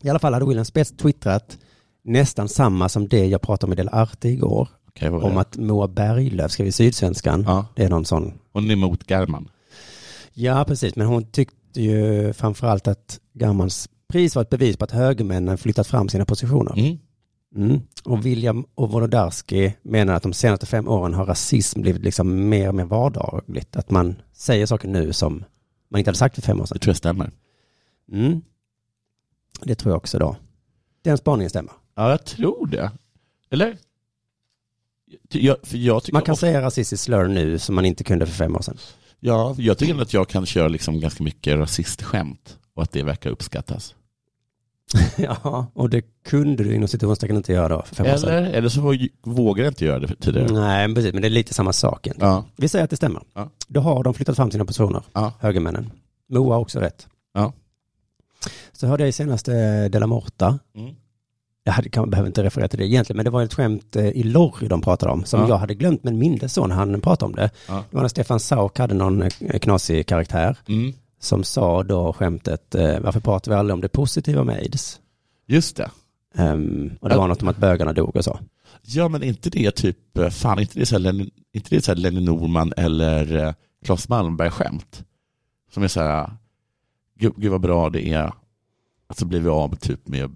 [SPEAKER 8] I alla fall hade William Spets twittrat nästan samma som det jag pratade om i Del Arte igår.
[SPEAKER 6] Okej, vad var
[SPEAKER 8] Om
[SPEAKER 6] det?
[SPEAKER 8] att Moa Berglöf skrev i Sydsvenskan.
[SPEAKER 6] Ja.
[SPEAKER 8] Det är någon sån
[SPEAKER 6] Hon är emot Garman.
[SPEAKER 8] Ja, precis. Men hon tyckte ju framförallt att Gammans pris var ett bevis på att högermännen flyttat fram sina positioner.
[SPEAKER 6] Mm.
[SPEAKER 8] Mm. Och William och Wolodarski menar att de senaste fem åren har rasism blivit liksom mer och mer vardagligt. Att man säger saker nu som man inte hade sagt för fem år
[SPEAKER 6] Det
[SPEAKER 8] sedan.
[SPEAKER 6] tror jag stämmer.
[SPEAKER 8] Mm. Det tror jag också då. Den spaningen stämmer.
[SPEAKER 6] Ja, jag tror det. Eller? Ty- Jag, för jag tycker
[SPEAKER 8] Man kan
[SPEAKER 6] ofta-
[SPEAKER 8] säga rasistisk slur nu som man inte kunde för fem år sedan.
[SPEAKER 6] ja, jag tycker ändå att jag kan köra liksom ganska mycket rasistskämt och att det verkar uppskattas.
[SPEAKER 8] ja, och det kunde du inom situationstecken inte göra då för fem år sedan. Mm.
[SPEAKER 6] Eller, eller så våg- vågar jag inte göra det tidigare.
[SPEAKER 8] Nej, precis. Men det är lite samma sak. egentligen.
[SPEAKER 6] Ja,
[SPEAKER 8] Vi säger att det stämmer.
[SPEAKER 6] Ja.
[SPEAKER 8] Då har de flyttat fram sina positioner,
[SPEAKER 6] Ja.
[SPEAKER 8] högermännen. Moa har också rätt.
[SPEAKER 6] Ja.
[SPEAKER 8] Så hörde jag i senaste Della Morta,
[SPEAKER 6] Mm.
[SPEAKER 8] jag hade, kan, behöver inte referera till det egentligen, men det var ett skämt eh, i Lorry de pratade om, som
[SPEAKER 6] Ja.
[SPEAKER 8] jag hade glömt men mindes så när han pratade om det.
[SPEAKER 6] Ja.
[SPEAKER 8] Det var när Stefan Sauk hade någon eh, knasig karaktär
[SPEAKER 6] mm.
[SPEAKER 8] som sa då skämtet, eh, varför pratar vi aldrig om det positiva med aids?
[SPEAKER 6] just det.
[SPEAKER 8] Ehm, och det var
[SPEAKER 6] Ja.
[SPEAKER 8] något om att bögarna dog och så.
[SPEAKER 6] Ja, men inte det typ, eh, fan inte det så här, Lenny- inte det så här Lenny Norman eller eh, Claes Malmberg-skämt? Som är så här, gud, gud vad bra det är att så blir vi av typ med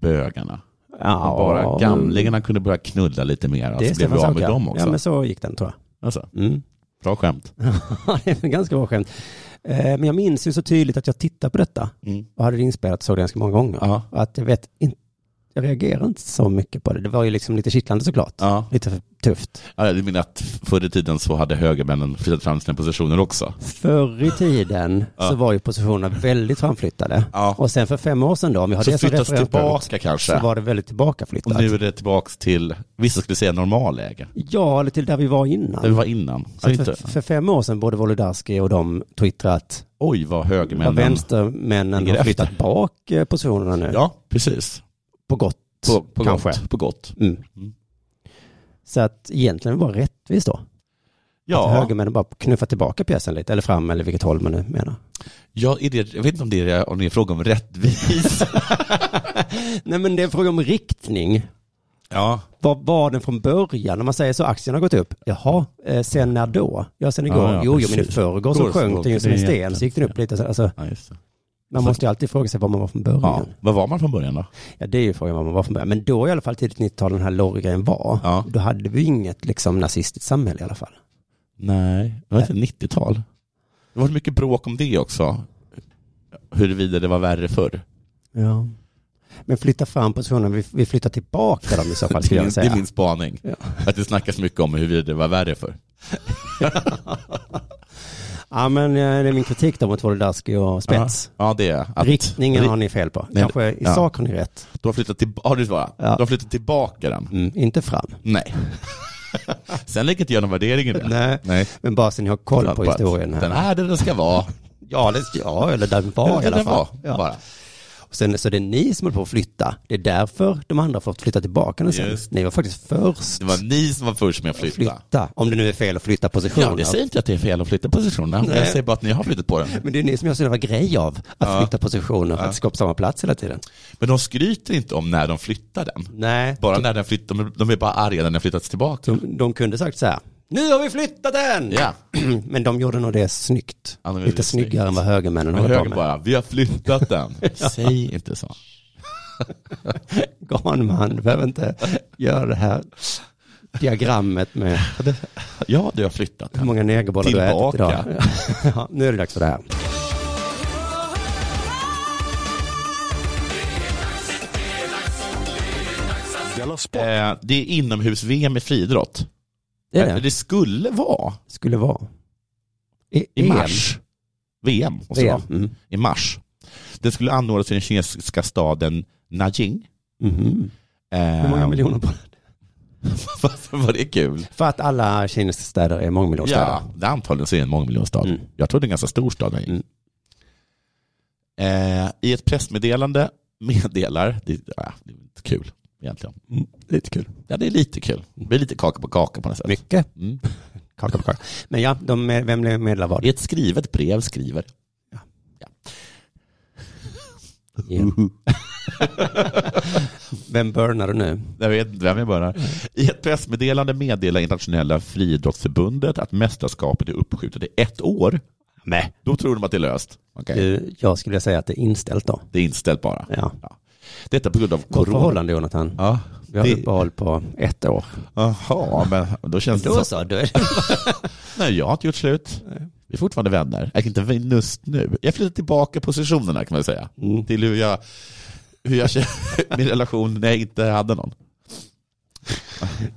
[SPEAKER 6] bögarna. Att bara gamlingarna kunde börja knulla lite mer,
[SPEAKER 8] det är
[SPEAKER 6] så blev vi
[SPEAKER 8] Stefan
[SPEAKER 6] av
[SPEAKER 8] Sauk.
[SPEAKER 6] med
[SPEAKER 8] ja.
[SPEAKER 6] dem också.
[SPEAKER 8] Ja, men så gick den tror
[SPEAKER 6] alltså,
[SPEAKER 8] jag. Mm.
[SPEAKER 6] bra skämt.
[SPEAKER 8] Ja, det är väl ganska bra skämt. Eh, Men jag minns ju så tydligt att jag tittade på detta
[SPEAKER 6] Mm.
[SPEAKER 8] och hade det inspelat och såg det ganska många gånger.
[SPEAKER 6] Ja.
[SPEAKER 8] Och Att jag vet inte, jag reagerar inte så mycket på det. Det var ju liksom lite kittlande såklart.
[SPEAKER 6] Ja.
[SPEAKER 8] Lite för tufft.
[SPEAKER 6] Ja, du menar att förr i tiden så hade högermännen flyttat fram sina positioner också?
[SPEAKER 8] Förr i tiden så
[SPEAKER 6] Ja.
[SPEAKER 8] var ju positionerna väldigt framflyttade.
[SPEAKER 6] Ja.
[SPEAKER 8] Och sen för fem år sedan då, om vi har
[SPEAKER 6] så
[SPEAKER 8] det som
[SPEAKER 6] flyttas
[SPEAKER 8] referenspunkt,
[SPEAKER 6] tillbaka kanske?
[SPEAKER 8] så var det väldigt
[SPEAKER 6] Och
[SPEAKER 8] tillbakaflyttat.
[SPEAKER 6] nu är det tillbaks till, vissa skulle säga normalläge,
[SPEAKER 8] Ja, eller till där vi var innan.
[SPEAKER 6] där vi var innan.
[SPEAKER 8] Så att
[SPEAKER 6] inte,
[SPEAKER 8] för, för fem år sedan borde Wolodarski och de twittrat
[SPEAKER 6] Oj, vad
[SPEAKER 8] att
[SPEAKER 6] högermännen...
[SPEAKER 8] vänstermännen
[SPEAKER 6] ligger
[SPEAKER 8] har
[SPEAKER 6] efter."
[SPEAKER 8] flyttat bak eh, positionerna nu.
[SPEAKER 6] Ja, precis.
[SPEAKER 8] På gott,
[SPEAKER 6] På, på
[SPEAKER 8] kanske.
[SPEAKER 6] Gott, på gott.
[SPEAKER 8] Mm.
[SPEAKER 6] Mm.
[SPEAKER 8] Så att egentligen var det rättvist då. Att
[SPEAKER 6] Ja,
[SPEAKER 8] högermännen bara knuffar tillbaka pjäsen lite, eller fram, eller vilket håll man nu menar.
[SPEAKER 6] ja är det, jag vet inte om det är, om det är fråga om rättvis.
[SPEAKER 8] Nej men det är en fråga om riktning.
[SPEAKER 6] ja.
[SPEAKER 8] Vad var den från början? När man säger så, aktien har gått upp. Jaha, eh, sen när då? Ja, sen igår.
[SPEAKER 6] Ja, ja,
[SPEAKER 8] jo, jo, men i
[SPEAKER 6] precis.
[SPEAKER 8] förrgår så
[SPEAKER 6] Igår så
[SPEAKER 8] sjönk den ju
[SPEAKER 6] det
[SPEAKER 8] som en
[SPEAKER 6] är
[SPEAKER 8] sten,
[SPEAKER 6] egentligen-
[SPEAKER 8] så gick den upp lite. Alltså,
[SPEAKER 6] ja, just det.
[SPEAKER 8] man
[SPEAKER 6] Så-
[SPEAKER 8] måste ju alltid fråga sig vad man var från början.
[SPEAKER 6] Ja.
[SPEAKER 8] Ja,
[SPEAKER 6] Vad var man från början då?
[SPEAKER 8] det är ju frågan vad man var från början. Men då i alla fall, tidigt 90-tal, den här lorry-grejen var,
[SPEAKER 6] Ja.
[SPEAKER 8] då hade vi inget liksom nazistiskt samhälle i alla fall.
[SPEAKER 6] Nej, det var inte 90-tal. Det var mycket bråk om det också. Huruvida det var värre förr.
[SPEAKER 8] Ja. Men flytta fram positionen, vi, vi flyttar tillbaka dem i så fall
[SPEAKER 6] Det
[SPEAKER 8] skulle
[SPEAKER 6] är, min,
[SPEAKER 8] jag
[SPEAKER 6] det
[SPEAKER 8] säga.
[SPEAKER 6] är min spaning.
[SPEAKER 8] Ja.
[SPEAKER 6] Att det snackas mycket om huruvida det var värre förr.
[SPEAKER 8] Ja men eh, det är min kritik då mot Wolodarski och Spets.
[SPEAKER 6] Ja, det är att
[SPEAKER 8] Riktningen
[SPEAKER 6] ri-
[SPEAKER 8] har ni fel på.
[SPEAKER 6] Nej,
[SPEAKER 8] Kanske i
[SPEAKER 6] ja.
[SPEAKER 8] sak har ni rätt.
[SPEAKER 6] Du har flyttat, till, har du svarat?
[SPEAKER 8] Ja.
[SPEAKER 6] du har flyttat tillbaka den.
[SPEAKER 8] Mm, inte fram.
[SPEAKER 6] Nej. Sen lägger inte jag någon värdering i det.
[SPEAKER 8] Nej.
[SPEAKER 6] Nej.
[SPEAKER 8] Men bara så ni har koll på
[SPEAKER 6] Bara att
[SPEAKER 8] historien här.
[SPEAKER 6] Den här är där den ska vara.
[SPEAKER 8] Ja, det, ja, eller där vi var i alla
[SPEAKER 6] den
[SPEAKER 8] fall.
[SPEAKER 6] var,
[SPEAKER 8] Ja.
[SPEAKER 6] bara.
[SPEAKER 8] Sen, så det är ni som håller på att flytta. Det är därför de andra har fått flytta tillbaka den sen.
[SPEAKER 6] Just.
[SPEAKER 8] Ni var faktiskt först.
[SPEAKER 6] Det var ni som var först med att flytta.
[SPEAKER 8] flytta. Om det nu är fel att flytta positioner.
[SPEAKER 6] Ja, det säger inte att det är fel att flytta positionerna. Jag säger bara att ni har flyttat på den.
[SPEAKER 8] Men det är ni som gör så jävla grej av att flytta positioner, att skapa samma plats hela tiden.
[SPEAKER 6] Men de skryter inte om när de flyttar den.
[SPEAKER 8] Nej,
[SPEAKER 6] Bara när den flyttar, de- de är bara arga när den flyttats tillbaka.
[SPEAKER 8] de, de kunde sagt så här, nu har vi flyttat den!
[SPEAKER 6] Ja,
[SPEAKER 8] Men de gjorde nog det snyggt.
[SPEAKER 6] Ja, de gjorde
[SPEAKER 8] Lite
[SPEAKER 6] det
[SPEAKER 8] snyggare
[SPEAKER 6] snyggt.
[SPEAKER 8] än vad högermännen
[SPEAKER 6] men
[SPEAKER 8] håller på
[SPEAKER 6] högern
[SPEAKER 8] med.
[SPEAKER 6] bara, vi har flyttat den. Säg inte så.
[SPEAKER 8] Gone man, du behöver inte göra det här diagrammet med
[SPEAKER 6] Ja, du har flyttat
[SPEAKER 8] hur
[SPEAKER 6] den.
[SPEAKER 8] många negerbollar du har ätit idag.
[SPEAKER 6] Tillbaka.
[SPEAKER 8] ja, nu är det dags för det här.
[SPEAKER 6] Eh, Det är inomhus-VM i friidrott. Eh,
[SPEAKER 8] Det är det.
[SPEAKER 6] det skulle vara
[SPEAKER 8] skulle vara. I,
[SPEAKER 6] i mars. VM måste det
[SPEAKER 8] VM.
[SPEAKER 6] vara.
[SPEAKER 8] Mm.
[SPEAKER 6] I mars. Det skulle anordnas i den kinesiska staden Nanjing.
[SPEAKER 8] Mhm. Hur många
[SPEAKER 6] Eh,
[SPEAKER 8] miljoner på det?
[SPEAKER 6] Varför var det kul?
[SPEAKER 8] För att alla kinesiska städer är mångmiljonstäder.
[SPEAKER 6] Ja, det är antagligen så är det en mångmiljonstad.
[SPEAKER 8] Mm.
[SPEAKER 6] Jag tror det är en ganska stor stad. men-
[SPEAKER 8] Mm.
[SPEAKER 6] Eh, I ett pressmeddelande meddelar, det, äh, det är inte kul egentligen.
[SPEAKER 8] Lite kul.
[SPEAKER 6] Ja, det är lite kul. Det blir lite kaka på kaka på något sätt.
[SPEAKER 8] Mycket.
[SPEAKER 6] Mm.
[SPEAKER 8] Kaka på kaka. Men ja, de, vem meddelar vad?
[SPEAKER 6] I ett skrivet brev skriver.
[SPEAKER 8] Mm-hmm. Vem burnar du nu?
[SPEAKER 6] Jag vet inte vem jag börjar. I ett pressmeddelande meddelar internationella friidrottsförbundet att mästerskapet är uppskjutet i ett år. Nej. Då tror de att det är löst. Okej.
[SPEAKER 8] Du, jag skulle vilja säga att det är inställt då.
[SPEAKER 6] Det är inställt bara.
[SPEAKER 8] Ja.
[SPEAKER 6] Detta på grund av
[SPEAKER 8] Kort
[SPEAKER 6] corona.
[SPEAKER 8] förhållande Jonathan.
[SPEAKER 6] Ja,
[SPEAKER 8] Vi har
[SPEAKER 6] det-
[SPEAKER 8] uppehåll på ett år.
[SPEAKER 6] Jaha, men då känns det
[SPEAKER 8] Då
[SPEAKER 6] som...
[SPEAKER 8] så, då är det
[SPEAKER 6] Nej, jag har inte gjort slut. Vi är fortfarande vänner. Jag kan inte just nu. Jag flyttar tillbaka positionerna kan man säga.
[SPEAKER 8] Mm.
[SPEAKER 6] Till hur jag, hur jag känner min relation när jag inte hade någon.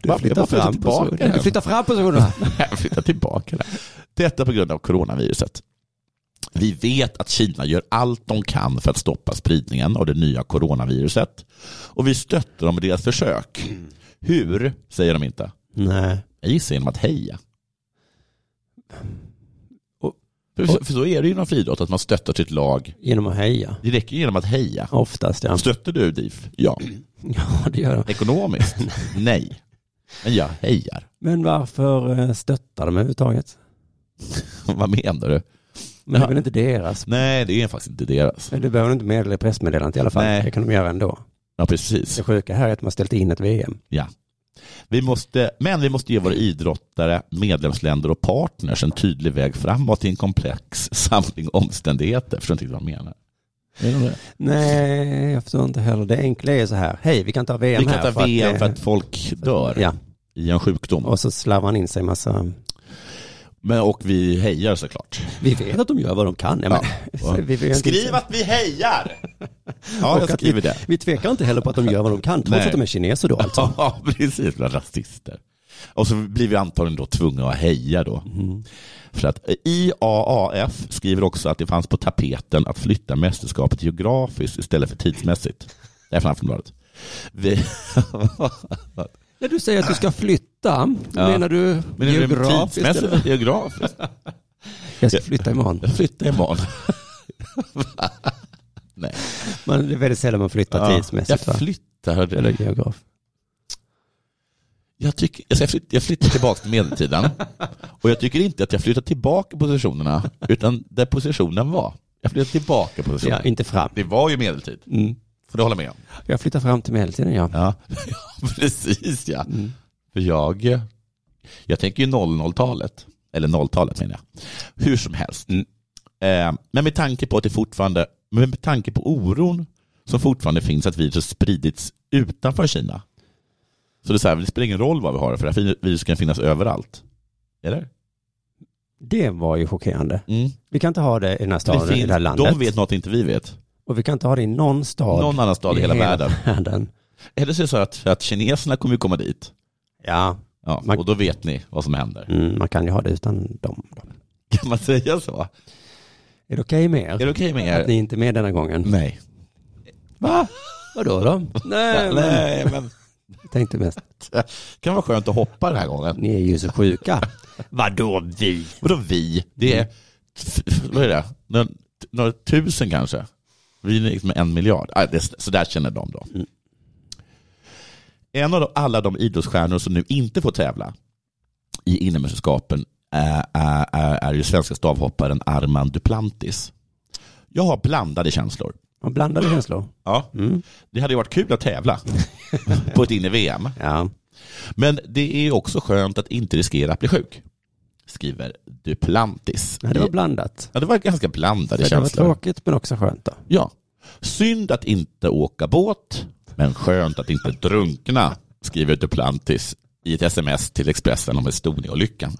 [SPEAKER 8] Du
[SPEAKER 6] Varför?
[SPEAKER 8] flyttar
[SPEAKER 6] Jag bara
[SPEAKER 8] fram
[SPEAKER 6] tillbaka
[SPEAKER 8] positionerna. Du
[SPEAKER 6] den.
[SPEAKER 8] flyttar fram positionerna.
[SPEAKER 6] Jag flyttar tillbaka det. Detta på grund av coronaviruset. Vi vet att Kina gör allt de kan för att stoppa spridningen av det nya coronaviruset. Och vi stöttar dem i deras försök.
[SPEAKER 8] Mm.
[SPEAKER 6] Hur, säger de inte.
[SPEAKER 8] Nej.
[SPEAKER 6] Jag gissar genom att heja.
[SPEAKER 8] Och-
[SPEAKER 6] för, för- för så är det ju inom friidrott, att man stöttar sitt lag.
[SPEAKER 8] Genom att heja.
[SPEAKER 6] Det räcker ju genom att heja.
[SPEAKER 8] Oftast ja.
[SPEAKER 6] Stöttar du DIF? Ja.
[SPEAKER 8] Ja, det gör de.
[SPEAKER 6] Ekonomiskt? Nej. Men jag hejar.
[SPEAKER 8] Men varför eh, stöttar de överhuvudtaget?
[SPEAKER 6] Vad menar du?
[SPEAKER 8] Men det är
[SPEAKER 6] Ja.
[SPEAKER 8] väl inte deras?
[SPEAKER 6] Nej, det är faktiskt inte deras.
[SPEAKER 8] Men Det behöver du inte meddela i pressmeddelandet i alla fall.
[SPEAKER 6] Nej.
[SPEAKER 8] Det kan de göra ändå.
[SPEAKER 6] Ja, precis.
[SPEAKER 8] Det sjuka här är att man har ställt in ett VM.
[SPEAKER 6] Ja. Vi måste, men vi måste ge våra idrottare, medlemsländer och partners en tydlig väg framåt i en komplex samling omständigheter. Förstår inte riktigt vad de menar. Menar du det?
[SPEAKER 8] Nej, jag förstår inte heller. Det enkla är ju så här. Hej, vi kan ta VM
[SPEAKER 6] Vi kan
[SPEAKER 8] här.
[SPEAKER 6] ta VM för
[SPEAKER 8] det-
[SPEAKER 6] att folk dör
[SPEAKER 8] Ja,
[SPEAKER 6] i en sjukdom.
[SPEAKER 8] och så slarvar man in sig en massa...
[SPEAKER 6] Men, och vi hejar såklart.
[SPEAKER 8] Vi vet att de gör vad de kan. Ja, men,
[SPEAKER 6] Ja.
[SPEAKER 8] vi vet inte-
[SPEAKER 6] Skriv att vi hejar! Ja,
[SPEAKER 8] Och
[SPEAKER 6] jag
[SPEAKER 8] att
[SPEAKER 6] skriver det.
[SPEAKER 8] Vi tvekar inte heller på att de gör vad de kan, trots
[SPEAKER 6] Nej.
[SPEAKER 8] att de är kineser då alltså.
[SPEAKER 6] Ja, precis. Bland rasister. Och så blir vi antagligen då tvungna att heja då.
[SPEAKER 8] Mm.
[SPEAKER 6] För att eh, IAAF skriver också att det fanns på tapeten att flytta mästerskapet geografiskt istället för tidsmässigt. Det är från Aftonbladet. Vi...
[SPEAKER 8] När du säger att du ska flytta,
[SPEAKER 6] Ja.
[SPEAKER 8] menar du
[SPEAKER 6] Men är det
[SPEAKER 8] geografiskt?
[SPEAKER 6] tidsmässigt
[SPEAKER 8] eller?
[SPEAKER 6] eller geografiskt?
[SPEAKER 8] Jag ska flytta imorgon.
[SPEAKER 6] Jag flyttar imorgon. Nej.
[SPEAKER 8] Man, det är väldigt sällan man flyttar
[SPEAKER 6] jag
[SPEAKER 8] tidsmässigt va?
[SPEAKER 6] flyttar.
[SPEAKER 8] Eller
[SPEAKER 6] Eller
[SPEAKER 8] geograf.
[SPEAKER 6] Jag, tycker, alltså jag, flytt, jag flyttar tillbaka till medeltiden och jag tycker inte att jag flyttar tillbaka positionerna utan där positionen var. Jag flyttar tillbaka positionen.
[SPEAKER 8] Ja, inte fram.
[SPEAKER 6] Det var ju medeltid,
[SPEAKER 8] Mm.
[SPEAKER 6] får du hålla med om.
[SPEAKER 8] Jag flyttar fram till medeltiden ja.
[SPEAKER 6] Ja, precis ja. För jag, jag tänker ju 00-talet, eller 0-talet menar jag. Hur som helst. Eh, men med tanke på att det fortfarande, men med tanke på oron som fortfarande finns att viruset spridits utanför Kina. Så det, är så här, det spelar ingen roll vad vi har det för, det här viruset kan finnas överallt. Eller?
[SPEAKER 8] Det var ju chockerande.
[SPEAKER 6] Mm.
[SPEAKER 8] Vi kan inte ha det i den här
[SPEAKER 6] Det
[SPEAKER 8] staden, i det här
[SPEAKER 6] finns,
[SPEAKER 8] landet.
[SPEAKER 6] de vet något inte vi vet.
[SPEAKER 8] Och vi kan inte ha det i någon stad.
[SPEAKER 6] Någon annan stad i hela världen.
[SPEAKER 8] världen.
[SPEAKER 6] Eller så är det så att, att kineserna kommer ju komma dit.
[SPEAKER 8] Ja,
[SPEAKER 6] Ja,
[SPEAKER 8] Man-
[SPEAKER 6] och då vet ni vad som händer.
[SPEAKER 8] mm, man kan ju ha det utan dem. Då.
[SPEAKER 6] Kan man säga så?
[SPEAKER 8] Är det okej med er?
[SPEAKER 6] Är det okej med er?
[SPEAKER 8] Att ni är inte är med denna gången?
[SPEAKER 6] Nej.
[SPEAKER 8] Va? Vadå då? Nej, men...
[SPEAKER 6] Nej, men
[SPEAKER 8] Jag tänkte mest,
[SPEAKER 6] det kan vara skönt att hoppa den här gången.
[SPEAKER 8] ni är ju så sjuka. Vadå vi?
[SPEAKER 6] Vadå vi? Det är, vad är det, några, några tusen kanske? Vi är liksom en miljard. Ah, det, så där känner de då.
[SPEAKER 8] Mm.
[SPEAKER 6] En av de, alla de idrottsstjärnor som nu inte får tävla i inomhusskapen är, är, är, är ju svenska stavhopparen Armand Duplantis. Jag har blandade känslor.
[SPEAKER 8] Och blandade känslor.
[SPEAKER 6] Ja.
[SPEAKER 8] Mm.
[SPEAKER 6] Det hade ju varit kul att tävla på ett inne-VM.
[SPEAKER 8] Ja.
[SPEAKER 6] Men det är också skönt att inte riskera att bli sjuk, skriver Duplantis.
[SPEAKER 8] ja, det var blandat.
[SPEAKER 6] ja, det var ganska blandade
[SPEAKER 8] Det var
[SPEAKER 6] känslor.
[SPEAKER 8] tråkigt men också skönt då.
[SPEAKER 6] Ja. Synd att inte åka båt, men skönt att inte drunkna, skriver Duplantis i ett sms till Expressen om Estonia-olyckan.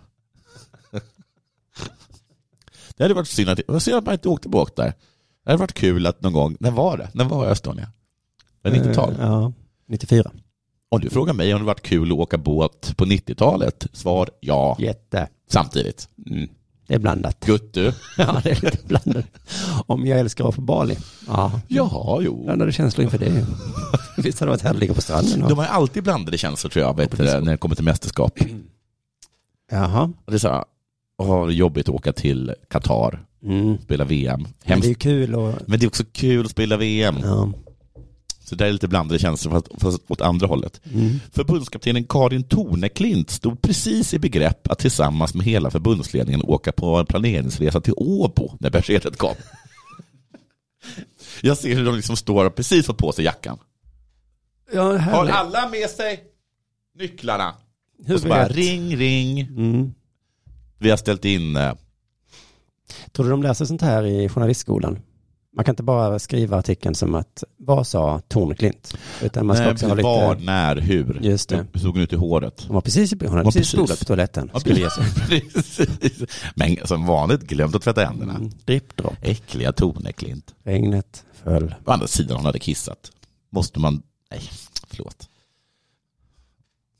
[SPEAKER 6] Det hade varit synd att, det var synd att man inte åkte båt där. Det hade varit kul att någon gång, när var det? När var Estonia? Var det 90-tal?
[SPEAKER 8] Eh, Ja, 94.
[SPEAKER 6] Om du frågar mig om det varit kul att åka båt på 90-talet, svar ja,
[SPEAKER 8] Jätte.
[SPEAKER 6] samtidigt.
[SPEAKER 8] Det är blandat.
[SPEAKER 6] Gutt du.
[SPEAKER 8] Ja, det är lite blandat. Om jag älskar att vara på Bali. Ja.
[SPEAKER 6] Jaha, jo.
[SPEAKER 8] Blandade känslor inför det. Visst hade det varit härligt att ligga på stranden. Och...
[SPEAKER 6] De har ju alltid blandade känslor tror jag, vet du, det, när det kommer till mästerskap.
[SPEAKER 8] Jaha.
[SPEAKER 6] Och det är så här, åh, det är jobbigt att åka till Qatar,
[SPEAKER 8] Mm.
[SPEAKER 6] spela VM.
[SPEAKER 8] Men
[SPEAKER 6] Hemskt. Men
[SPEAKER 8] det är
[SPEAKER 6] det,
[SPEAKER 8] ju kul och...
[SPEAKER 6] är också kul att spela VM.
[SPEAKER 8] Ja.
[SPEAKER 6] Så det där är lite blandade känslor, fast, fast åt andra hållet.
[SPEAKER 8] Mm.
[SPEAKER 6] Förbundskaptenen Karin Torneklint stod precis i begrepp att tillsammans med hela förbundsledningen åka på en planeringsresa till Åbo när beskedet kom. Jag ser hur de liksom står och precis fått på sig jackan.
[SPEAKER 8] Ja,
[SPEAKER 6] Har
[SPEAKER 8] härligt.
[SPEAKER 6] alla med sig nycklarna? Och så
[SPEAKER 8] Hur
[SPEAKER 6] bara
[SPEAKER 8] vet?
[SPEAKER 6] ring, ring.
[SPEAKER 8] Mm.
[SPEAKER 6] Vi har ställt in eh,
[SPEAKER 8] Tror du de läser sånt här i journalistskolan? Man kan inte bara skriva artikeln som att vad sa Tornklint? Utan man ska
[SPEAKER 6] Nej,
[SPEAKER 8] också ha lite...
[SPEAKER 6] var, när, hur.
[SPEAKER 8] Just det.
[SPEAKER 6] Hur såg hon ut i håret?
[SPEAKER 8] Hon var precis, hon hade
[SPEAKER 6] Var
[SPEAKER 8] precis
[SPEAKER 6] precis.
[SPEAKER 8] spolat på toaletten.
[SPEAKER 6] Ja,
[SPEAKER 8] Skulle ge sig.
[SPEAKER 6] precis. Men som vanligt glömt att tvätta händerna.
[SPEAKER 8] Mm. Drippdropp.
[SPEAKER 6] Äckliga Torneklint.
[SPEAKER 8] Regnet föll.
[SPEAKER 6] Å andra sidan, hon hade kissat. Måste man... Nej, förlåt.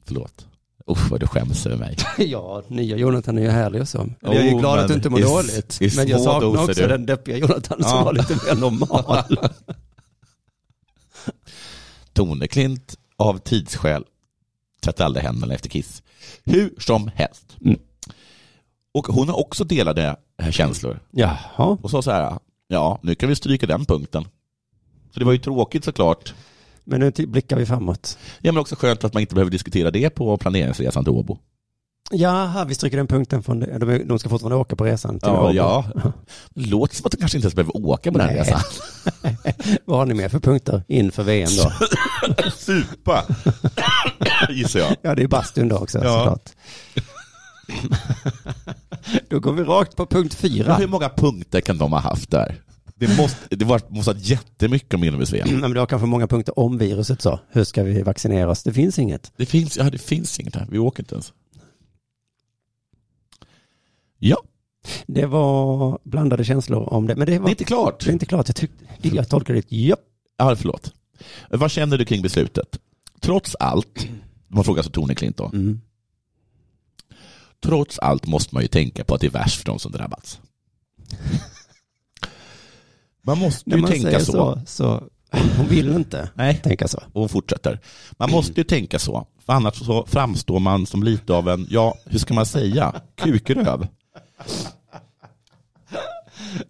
[SPEAKER 6] Förlåt. Usch vad du skäms över mig.
[SPEAKER 8] Ja, nya Jonathan är ju härlig och så. jag är ju
[SPEAKER 6] Oh,
[SPEAKER 8] glad att du
[SPEAKER 6] men
[SPEAKER 8] inte mår
[SPEAKER 6] i s-
[SPEAKER 8] dåligt.
[SPEAKER 6] i
[SPEAKER 8] Men jag
[SPEAKER 6] små
[SPEAKER 8] saknar
[SPEAKER 6] doser,
[SPEAKER 8] också
[SPEAKER 6] du.
[SPEAKER 8] den deppiga Jonathan som
[SPEAKER 6] Ja.
[SPEAKER 8] var lite mer normal.
[SPEAKER 6] Torneklint av tidsskäl tvättade aldrig händerna efter kiss. Hur som helst.
[SPEAKER 8] Mm.
[SPEAKER 6] Och hon har också delade eh, känslor.
[SPEAKER 8] Jaha.
[SPEAKER 6] Och sa så här, ja nu kan vi stryka den punkten. Så det var ju tråkigt såklart.
[SPEAKER 8] Men nu till- blickar vi framåt.
[SPEAKER 6] Ja men också skönt att man inte behöver diskutera det på planeringsresan till Åbo.
[SPEAKER 8] Jaha, vi stryker den punkten från det. De, är- de ska fortfarande åka på resan till Åbo.
[SPEAKER 6] Låter som att de kanske inte ens behöver åka på den här
[SPEAKER 8] Nej.
[SPEAKER 6] resan.
[SPEAKER 8] Vad har ni mer för punkter inför VM då?
[SPEAKER 6] Supa, gissar jag.
[SPEAKER 8] Ja, det är bastun då också
[SPEAKER 6] Ja.
[SPEAKER 8] såklart. Då går vi rakt på punkt
[SPEAKER 6] Men
[SPEAKER 8] fyra.
[SPEAKER 6] hur många punkter kan de ha haft där? Det måste, det var, måste ha jättemycket om inomhus-VM.
[SPEAKER 8] Nej, Men du har kanske många punkter om viruset så. Hur ska vi vaccinera oss? Det finns inget.
[SPEAKER 6] Det finns, ja, det finns inget här, vi åker inte ens. Ja,
[SPEAKER 8] Det var blandade känslor om det. Men det, var,
[SPEAKER 6] det är inte klart.
[SPEAKER 8] Det är inte klart. Jag, tyckte, jag tolkar det japp.
[SPEAKER 6] Ja, förlåt. Vad känner du kring beslutet? Trots allt, man frågar alltså Tony Klint då,
[SPEAKER 8] Mm.
[SPEAKER 6] trots allt måste man ju tänka på att det är värst för de som drabbats. Man måste
[SPEAKER 8] När
[SPEAKER 6] ju
[SPEAKER 8] man
[SPEAKER 6] tänka
[SPEAKER 8] säger
[SPEAKER 6] så.
[SPEAKER 8] så. så, Hon vill inte
[SPEAKER 6] Nej,
[SPEAKER 8] tänka så.
[SPEAKER 6] och hon fortsätter. Man måste ju tänka så, för annars så framstår man som lite av en, ja, hur ska man säga, kukröv.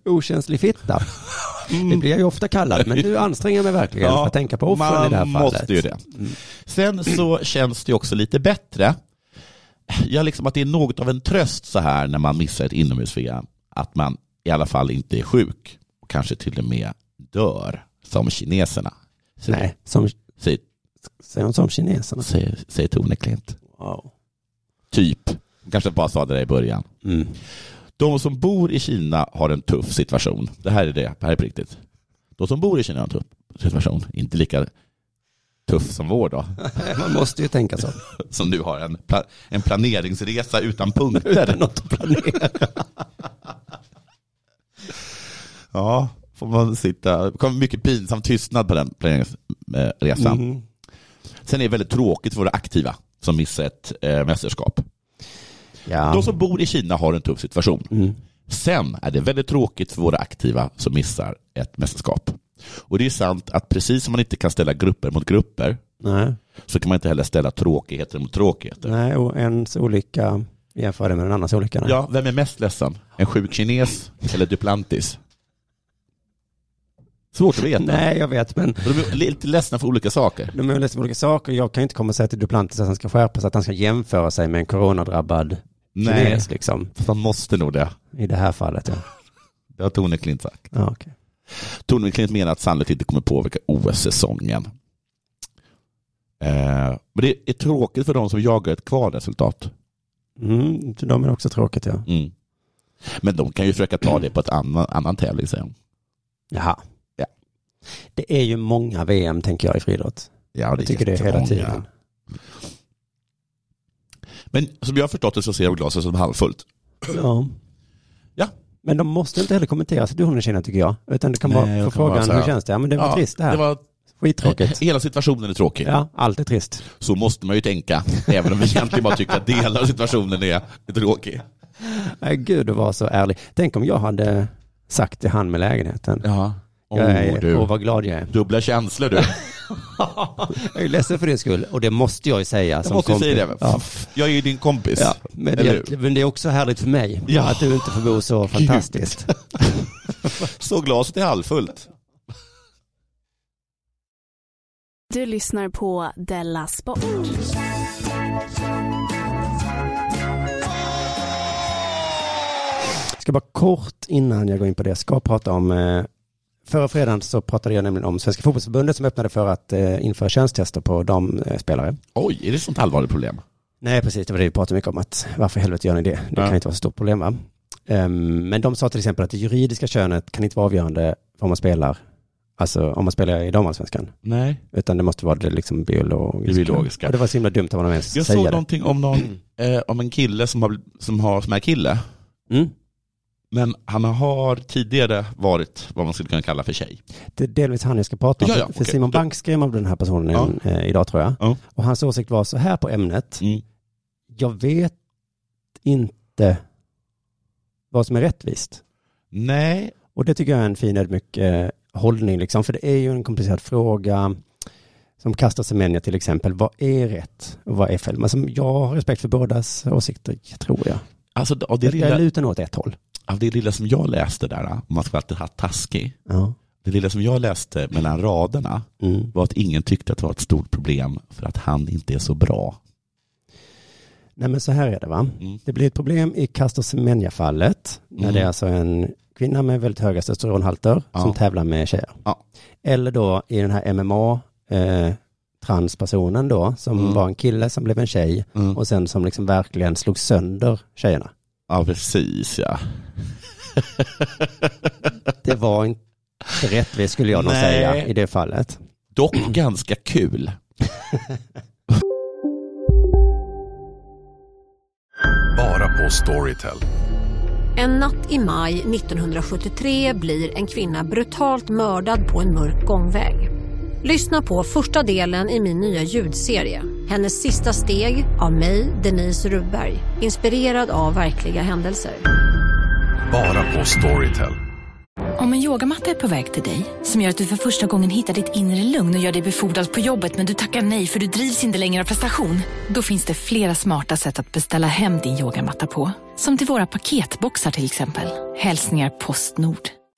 [SPEAKER 8] Okänslig fitta.
[SPEAKER 6] Mm.
[SPEAKER 8] Det blir jag ju ofta kallad. Men du anstränger mig verkligen för att tänka på offren i det här
[SPEAKER 6] man
[SPEAKER 8] fallet.
[SPEAKER 6] måste ju det. Sen så känns det ju också lite bättre. Ja, liksom att det är något av en tröst så här när man missar ett inomhus-VM. Att man i alla fall inte är sjuk. Och kanske till och med dör, som kineserna.
[SPEAKER 8] Nej, som,
[SPEAKER 6] Säger,
[SPEAKER 8] säger hon som kineserna.
[SPEAKER 6] säger, säger Tone Klint.
[SPEAKER 8] Wow.
[SPEAKER 6] Typ. Hon kanske bara sa det där i början.
[SPEAKER 8] Mm.
[SPEAKER 6] De som bor i Kina har en tuff situation. Det här är det, det här är på riktigt. De som bor i Kina har en tuff situation. Inte lika tuff som vår då.
[SPEAKER 8] Man måste ju tänka så.
[SPEAKER 6] som nu har en, pla- en planeringsresa utan punkter.
[SPEAKER 8] Utan något att planera.
[SPEAKER 6] ja, får man sitta. Det kom mycket pinsam tystnad på den planeringsresan.
[SPEAKER 8] Mm.
[SPEAKER 6] Sen är det väldigt tråkigt för våra aktiva som missar ett eh, mästerskap.
[SPEAKER 8] Ja.
[SPEAKER 6] De som bor i Kina har en tuff situation.
[SPEAKER 8] Mm.
[SPEAKER 6] Sen är det väldigt tråkigt för våra aktiva som missar ett mästerskap. Och det är sant att precis som man inte kan ställa grupper mot grupper
[SPEAKER 8] Nej.
[SPEAKER 6] så kan man inte heller ställa tråkigheter mot tråkigheter.
[SPEAKER 8] Nej, och ens olycka jämför det med en annans olycka. nej.
[SPEAKER 6] Ja, vem är mest ledsen? En sjuk kines eller Duplantis? Svårt att veta.
[SPEAKER 8] Nej, jag vet, men
[SPEAKER 6] Och De är lite ledsna för olika saker.
[SPEAKER 8] de är liksom olika saker. Jag kan ju inte komma och säga till Duplantis att han ska skärpa sig, att han ska jämföra sig med en coronadrabbad
[SPEAKER 6] Nej.
[SPEAKER 8] kines, liksom.
[SPEAKER 6] Fast man måste nog det.
[SPEAKER 8] I det här fallet, ja.
[SPEAKER 6] Det har Tone Klint sagt.
[SPEAKER 8] ja okej.
[SPEAKER 6] Tone Klint menar att sannolikt inte kommer påverka OS-säsongen. Eh, men det är tråkigt för de som jagar ett kvalresultat.
[SPEAKER 8] Mm, de är också tråkigt, ja.
[SPEAKER 6] Mm. Men de kan ju försöka ta det på ett annan, annan tävling, säger hon.
[SPEAKER 8] Jaha.
[SPEAKER 6] Ja.
[SPEAKER 8] Det är ju många VM, tänker jag, i friidrott.
[SPEAKER 6] Ja, det är
[SPEAKER 8] Tycker det hela
[SPEAKER 6] jättemånga.
[SPEAKER 8] tiden.
[SPEAKER 6] Men som jag har förstått det så ser jag glaset som halvfullt.
[SPEAKER 8] Ja.
[SPEAKER 6] Ja.
[SPEAKER 8] Men de måste inte heller kommentera situationen i Kina tycker jag. Utan det kan
[SPEAKER 6] Nej,
[SPEAKER 8] vara
[SPEAKER 6] jag kan
[SPEAKER 8] få
[SPEAKER 6] bara
[SPEAKER 8] frågan,
[SPEAKER 6] säga-
[SPEAKER 8] hur känns det? Ja men det var
[SPEAKER 6] Ja,
[SPEAKER 8] trist det här.
[SPEAKER 6] Det var,
[SPEAKER 8] Skittråkigt.
[SPEAKER 6] Eh, hela situationen är tråkig.
[SPEAKER 8] Ja, allt är trist.
[SPEAKER 6] Så måste man ju tänka, även om vi egentligen bara tycker att delar av situationen är tråkig.
[SPEAKER 8] Nej gud att vara så ärlig. Tänk om jag hade sagt till han med lägenheten.
[SPEAKER 6] Ja. Åh,
[SPEAKER 8] jag är,
[SPEAKER 6] du.
[SPEAKER 8] Åh vad glad jag är.
[SPEAKER 6] Dubbla känslor du.
[SPEAKER 8] Jag är ledsen för din skull och det måste jag ju säga
[SPEAKER 6] Jag
[SPEAKER 8] som
[SPEAKER 6] måste ju
[SPEAKER 8] kompis.
[SPEAKER 6] säga det.
[SPEAKER 8] Ja.
[SPEAKER 6] Jag är ju din kompis.
[SPEAKER 8] Ja, men,
[SPEAKER 6] Eller
[SPEAKER 8] det, men det är också härligt för mig
[SPEAKER 6] Ja.
[SPEAKER 8] att du inte får bo så fantastiskt.
[SPEAKER 6] Så glaset är halvfullt.
[SPEAKER 9] Du lyssnar på Della Sport.
[SPEAKER 8] ska bara kort innan jag går in på det, jag ska prata om eh, Förra fredagen så pratade jag nämligen om Svenska fotbollsförbundet som öppnade för att eh, införa könstester på damspelare.
[SPEAKER 6] Oj, är det ett sånt allvarligt problem?
[SPEAKER 8] Nej, precis, det var det vi pratade mycket om, att varför i helvete gör ni det? Det
[SPEAKER 6] Ja.
[SPEAKER 8] kan inte vara så stort problem va? Ehm, men de sa till exempel att det juridiska könet kan inte vara avgörande för om man spelar, alltså om man spelar i damallsvenskan,
[SPEAKER 6] Nej.
[SPEAKER 8] utan det måste vara det liksom biologiska.
[SPEAKER 6] Det biologiska.
[SPEAKER 8] Och det var så himla dumt av honom ens
[SPEAKER 6] Jag
[SPEAKER 8] att säga
[SPEAKER 6] såg
[SPEAKER 8] det.
[SPEAKER 6] någonting om, någon, eh, om en kille som, har, bl- som, har, som är kille,
[SPEAKER 8] Mm.
[SPEAKER 6] men han har tidigare varit vad man skulle kunna kalla för tjej.
[SPEAKER 8] Det är delvis han jag ska prata om.
[SPEAKER 6] Ja, ja,
[SPEAKER 8] för
[SPEAKER 6] okej.
[SPEAKER 8] Simon
[SPEAKER 6] Då-
[SPEAKER 8] Bank skrev om den här personen eh, idag tror jag.
[SPEAKER 6] Ja.
[SPEAKER 8] Och hans åsikt var så här på ämnet.
[SPEAKER 6] Mm.
[SPEAKER 8] Jag vet inte vad som är rättvist.
[SPEAKER 6] Nej,
[SPEAKER 8] Och det tycker jag är en fin ödmjuk eh, hållning liksom. För det är ju en komplicerad fråga som kastar Semenya till exempel. Vad är rätt och vad är fel? Men som jag har respekt för bådas åsikter, tror jag.
[SPEAKER 6] alltså av det,
[SPEAKER 8] Det jag är
[SPEAKER 6] lilla,
[SPEAKER 8] lutar åt ett håll.
[SPEAKER 6] av det lilla som jag läste där, om man ska alltid ha taskig,
[SPEAKER 8] Ja.
[SPEAKER 6] det lilla som jag läste mellan raderna
[SPEAKER 8] Mm.
[SPEAKER 6] var att ingen tyckte att det var ett stort problem för att han inte är så bra.
[SPEAKER 8] Nej men så här är det va.
[SPEAKER 6] Mm.
[SPEAKER 8] Det blir ett problem i Castor Semenya-fallet när
[SPEAKER 6] Mm.
[SPEAKER 8] det är alltså en kvinna med väldigt höga testosteronhalter
[SPEAKER 6] Ja.
[SPEAKER 8] som tävlar med tjejer.
[SPEAKER 6] Ja.
[SPEAKER 8] Eller då i den här MMA eh, transpersonen då som
[SPEAKER 6] Mm.
[SPEAKER 8] var en kille som blev en tjej
[SPEAKER 6] Mm.
[SPEAKER 8] och sen som liksom verkligen slog sönder tjejerna.
[SPEAKER 6] Ja, precis ja.
[SPEAKER 8] Det var inte rättvist skulle jag nog
[SPEAKER 6] Nej.
[SPEAKER 8] säga i det fallet.
[SPEAKER 6] Dock ganska kul.
[SPEAKER 7] Bara på Storytel.
[SPEAKER 10] En natt i maj 1973 blir en kvinna brutalt mördad på en mörk gångväg. Lyssna på första delen i min nya ljudserie. Hennes sista steg av mig, Denise Rubberg. Inspirerad av verkliga händelser.
[SPEAKER 7] Bara på Storytel.
[SPEAKER 11] Om en yogamatta är på väg till dig, som gör att du för första gången hittar ditt inre lugn och gör dig befordrad på jobbet men du tackar nej för du drivs inte längre av prestation. Då finns det flera smarta sätt att beställa hem din yogamatta på. Som till våra paketboxar till exempel. Hälsningar Postnord.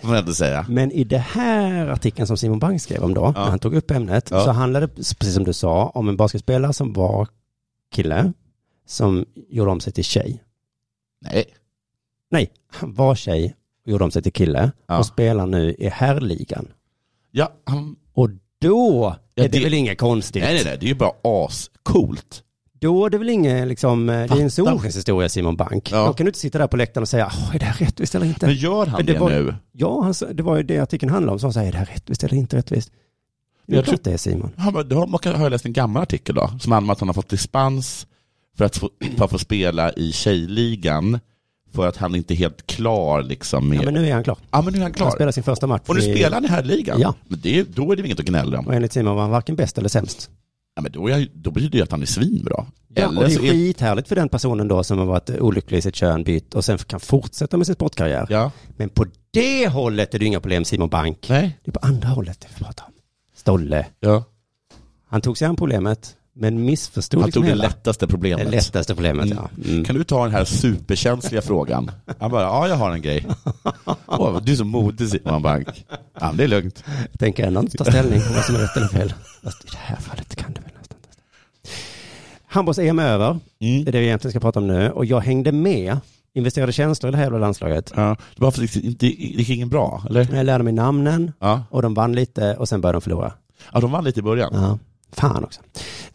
[SPEAKER 6] Får man ändå säga.
[SPEAKER 8] Men i det här artikeln som Simon Bang skrev om då, när han tog upp ämnet,
[SPEAKER 6] Ja.
[SPEAKER 8] så handlade det, precis som du sa, om en basketspelare som var kille, som gjorde om sig till tjej.
[SPEAKER 6] Nej.
[SPEAKER 8] Nej, han var tjej och gjorde om sig till kille
[SPEAKER 6] Ja.
[SPEAKER 8] och spelar nu i herrligan.
[SPEAKER 6] Ja, han...
[SPEAKER 8] Och då
[SPEAKER 6] Ja,
[SPEAKER 8] är det,
[SPEAKER 6] det-
[SPEAKER 8] väl inget konstigt?
[SPEAKER 6] nej, nej, nej, det är ju bara ascoolt.
[SPEAKER 8] Då är det väl inget, liksom, eh, det är en solskenshistoria Simon Bank.
[SPEAKER 6] Ja.
[SPEAKER 8] Då kan du inte sitta där på läktaren och säga, "Åh, är det här rättvist eller inte?
[SPEAKER 6] Men gör han
[SPEAKER 8] Men
[SPEAKER 6] det,
[SPEAKER 8] det var-
[SPEAKER 6] nu?
[SPEAKER 8] Ja, han, sa- det var ju det artikeln handlade om, så han sa, är det här rättvist eller inte rättvist? Det är
[SPEAKER 6] Jag tror-
[SPEAKER 8] klart det är Simon.
[SPEAKER 6] Han bara, då har man- har jag läst en gammal artikel då, som handlar om att han har fått dispens för att få, för att få spela i tjejligan för att han inte är helt klar liksom med...
[SPEAKER 8] Ja, men nu är han klar.
[SPEAKER 6] nu är han
[SPEAKER 8] Han spelar
[SPEAKER 6] klar.
[SPEAKER 8] sin första match.
[SPEAKER 6] Och nu
[SPEAKER 8] i-
[SPEAKER 6] spelar han i herrligan?
[SPEAKER 8] Ja.
[SPEAKER 6] Men det, är- då är det väl inget att gnälla om.
[SPEAKER 8] Och enligt Simon var han varken bäst eller sämst.
[SPEAKER 6] ja, men då, är, jag- då betyder det ju att han är svinbra.
[SPEAKER 8] Ja, och
[SPEAKER 6] Eller
[SPEAKER 8] det är
[SPEAKER 6] så är,
[SPEAKER 8] skithärligt för den personen då som har varit olycklig i sitt kön, bytt och sen kan fortsätta med sin sportkarriär. Men på det hållet är det ju inga problem Simon Bank.
[SPEAKER 6] Nej.
[SPEAKER 8] Det är på andra hållet det vi pratar om. Stolle.
[SPEAKER 6] Ja.
[SPEAKER 8] Han tog sig an problemet, men missförstod
[SPEAKER 6] han
[SPEAKER 8] liksom
[SPEAKER 6] tog det
[SPEAKER 8] hela.
[SPEAKER 6] lättaste problemet.
[SPEAKER 8] Det lättaste problemet, ja. Mm.
[SPEAKER 6] Kan du ta den här superkänsliga frågan? Han bara, ja jag har en grej. Åh, du är så modig Simon Bank. Ja, men det är lugnt.
[SPEAKER 8] Tänker ändå inte ta ställning på vad som är rätt eller fel. Fast i det här fallet kan du väl nästan Mm. inte. Handbolls-EM är över. Det är det vi egentligen ska prata om nu. Och jag hängde med. Investerade känslor i det här jävla landslaget.
[SPEAKER 6] Ja, det var faktiskt inte, det gick ingen bra, eller?
[SPEAKER 8] Jag lärde mig namnen
[SPEAKER 6] Ja.
[SPEAKER 8] och de vann lite och sen började de förlora.
[SPEAKER 6] Ja, de vann lite i början.
[SPEAKER 8] Ja. Fan också.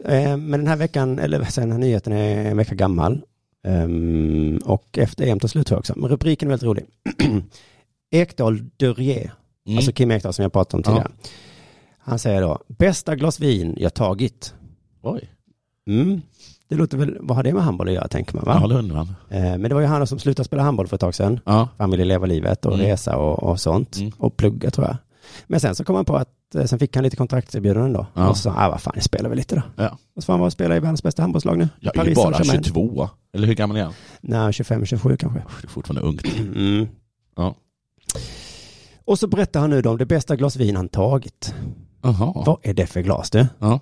[SPEAKER 8] Eh, Men den här veckan, eller sen den här nyheten är en vecka gammal. Ehm, Och efter EM tar slut tror jag också. Men rubriken är väldigt rolig. Ekdal Dörje, alltså Kim Ekdal som jag pratade om tidigare. Han säger då, bästa glas vin jag tagit.
[SPEAKER 6] Oj.
[SPEAKER 8] Mm. Det låter väl, vad har det med handboll att göra tänker man va?
[SPEAKER 6] Ja, det undrar man.
[SPEAKER 8] Eh, Men det var ju han som slutade spela handboll för ett tag sedan.
[SPEAKER 6] Ja.
[SPEAKER 8] För han ville leva livet och
[SPEAKER 6] Mm.
[SPEAKER 8] resa och, och sånt. Och plugga tror jag. Men sen så kom han på att, eh, sen fick han lite kontraktserbjudanden då.
[SPEAKER 6] Ja.
[SPEAKER 8] Och så sa han, ah, vad fan, jag spelar väl lite då.
[SPEAKER 6] Ja.
[SPEAKER 8] Och så får han bara spela i världens bästa handbollslag nu.
[SPEAKER 6] Jag är ju
[SPEAKER 8] Paris
[SPEAKER 6] bara
[SPEAKER 8] Saint-Germain.
[SPEAKER 6] 22, eller hur gammal är han?
[SPEAKER 8] Nej, 25-27 kanske.
[SPEAKER 6] Det är fortfarande ungt.
[SPEAKER 8] Mm.
[SPEAKER 6] Ja.
[SPEAKER 8] Och så berättar han nu då om det bästa glas vin han tagit.
[SPEAKER 6] Aha.
[SPEAKER 8] Vad är det för glas du?
[SPEAKER 6] Ja.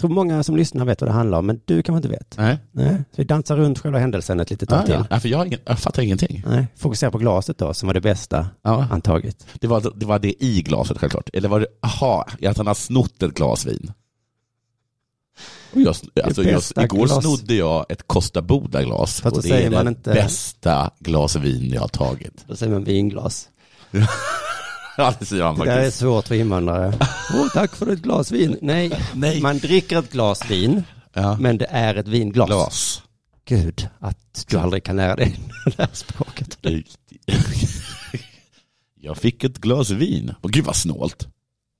[SPEAKER 8] tror många som lyssnar vet vad det handlar om, men du kanske inte vet.
[SPEAKER 6] Nej.
[SPEAKER 8] Nej. Så vi dansar runt själva händelsen ett litet tag
[SPEAKER 6] Ja,
[SPEAKER 8] till.
[SPEAKER 6] ja. ja, för jag, har ingen- jag fattar ingenting.
[SPEAKER 8] Nej, fokusera på glaset då, som var det bästa han tagit.
[SPEAKER 6] Det var, det var det i glaset självklart. Eller var det, aha, att han har snott ett glas vin. Och jag, alltså, jag,
[SPEAKER 8] bästa
[SPEAKER 6] igår
[SPEAKER 8] glas-
[SPEAKER 6] snodde jag ett Costa Boda-glas
[SPEAKER 8] Fast
[SPEAKER 6] och
[SPEAKER 8] då
[SPEAKER 6] det är
[SPEAKER 8] säger man
[SPEAKER 6] det
[SPEAKER 8] inte-
[SPEAKER 6] bästa glas vin jag har tagit.
[SPEAKER 8] Då säger man vinglas.
[SPEAKER 6] Ja, det säger man
[SPEAKER 8] Det där är
[SPEAKER 6] faktiskt.
[SPEAKER 8] svårt för invandrare. Åh, tack för ett glas vin. Nej,
[SPEAKER 6] Nej.
[SPEAKER 8] man dricker ett glas vin,
[SPEAKER 6] Ja.
[SPEAKER 8] men det är ett vinglas.
[SPEAKER 6] Glas.
[SPEAKER 8] Gud, att du aldrig kan lära dig det här språket.
[SPEAKER 6] Jag fick ett glas vin. Och gud vad snålt.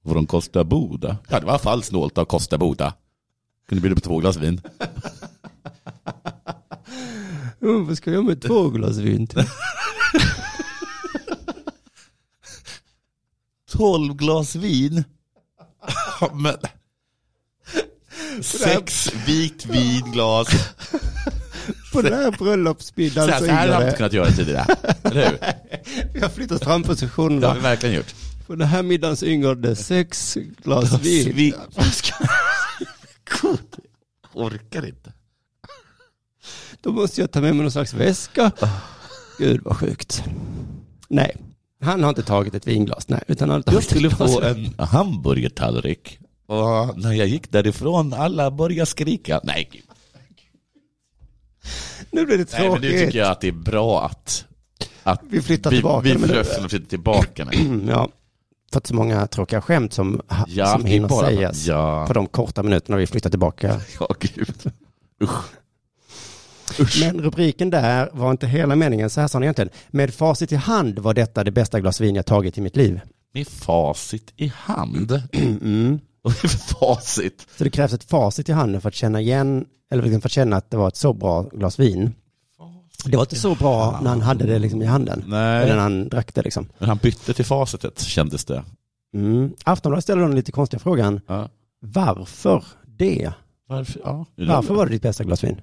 [SPEAKER 6] Från Costa Boda. Ja, det var i alla fall snålt av Costa Boda. Kunde bjuda på två glas vin.
[SPEAKER 8] Oh, vad ska jag med två glas vin till?
[SPEAKER 6] Tolv glas vin? Ja, Men... Sex vikt vinglas.
[SPEAKER 8] På den här bröllopsmiddagen
[SPEAKER 6] Så här, så här hade jag inte
[SPEAKER 8] det.
[SPEAKER 6] kunnat göra tidigare. Eller hur?
[SPEAKER 8] Vi har flyttat fram
[SPEAKER 6] Det har vi
[SPEAKER 8] positionerna.
[SPEAKER 6] verkligen gjort.
[SPEAKER 8] På den här middagen så ingår det sex glas vin.
[SPEAKER 6] Svin. Gud, jag orkar inte.
[SPEAKER 8] Då måste jag ta med mig någon slags väska. Gud vad sjukt. Nej, han har inte tagit ett vinglas. Nej, utan han har tagit
[SPEAKER 6] Jag skulle
[SPEAKER 8] ett glas.
[SPEAKER 6] få en hamburgertallrik. Och när jag gick därifrån, alla började skrika. Nej, gud.
[SPEAKER 8] Nu blir det
[SPEAKER 6] Nej men
[SPEAKER 8] tråkigt.
[SPEAKER 6] nu tycker jag att det är bra att, att
[SPEAKER 8] Vi flyttar tillbaka
[SPEAKER 6] Vi,
[SPEAKER 8] den, men-
[SPEAKER 6] vi flyttar flyttar tillbaka den.
[SPEAKER 8] Mm, ja, fått så många tråkiga skämt som,
[SPEAKER 6] Ja,
[SPEAKER 8] som
[SPEAKER 6] det är
[SPEAKER 8] hinner
[SPEAKER 6] bara-
[SPEAKER 8] sägas
[SPEAKER 6] ja.
[SPEAKER 8] på de korta minuterna vi flyttar tillbaka.
[SPEAKER 6] Ja, gud. Usch.
[SPEAKER 8] Men rubriken där var inte hela meningen, så här sa han egentligen. Med facit i hand var detta det bästa glas vin jag tagit i mitt liv. Mm.
[SPEAKER 6] Med facit i hand. Och det är facit.
[SPEAKER 8] Så det krävs ett facit i handen för att känna igen, eller liksom för att känna att det var ett så bra glas vin. Det var inte så bra när han hade det liksom i handen.
[SPEAKER 6] Nej.
[SPEAKER 8] Eller när han drack det liksom.
[SPEAKER 6] Men han bytte till facitet kändes det.
[SPEAKER 8] Mm. Aftonbladet ställde den lite konstiga frågan.
[SPEAKER 6] Ja.
[SPEAKER 8] Varför det?
[SPEAKER 6] Varför? Ja.
[SPEAKER 8] Varför var det ditt bästa glas vin?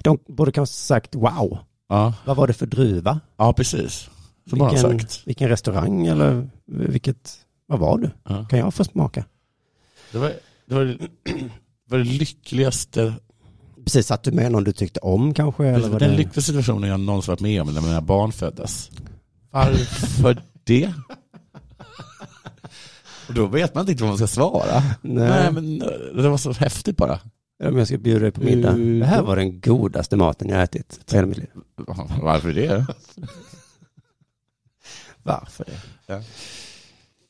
[SPEAKER 8] De borde kanske sagt wow.
[SPEAKER 6] Ja,
[SPEAKER 8] Vad var det för druva?
[SPEAKER 6] ja precis. Som har han sagt.
[SPEAKER 8] vilken restaurang eller vilket, vad var du?
[SPEAKER 6] Ja.
[SPEAKER 8] Kan jag få smaka?
[SPEAKER 6] Det var det, var, det var det lyckligaste,
[SPEAKER 8] Precis, satt du med någon du tyckte om kanske? Eller var
[SPEAKER 6] den
[SPEAKER 8] det...
[SPEAKER 6] lyckligaste situationen jag någonsin varit med om när mina barn föddes. Varför det? Och då vet man inte riktigt vad man ska svara.
[SPEAKER 8] Nej.
[SPEAKER 6] Nej men eh, det var så häftigt bara.
[SPEAKER 8] Om jag ska bjuda dig på middag.
[SPEAKER 6] Mm.
[SPEAKER 8] Det här var den godaste maten jag ätit i hela mitt liv.
[SPEAKER 6] Varför det?
[SPEAKER 8] Varför det?
[SPEAKER 6] Ja.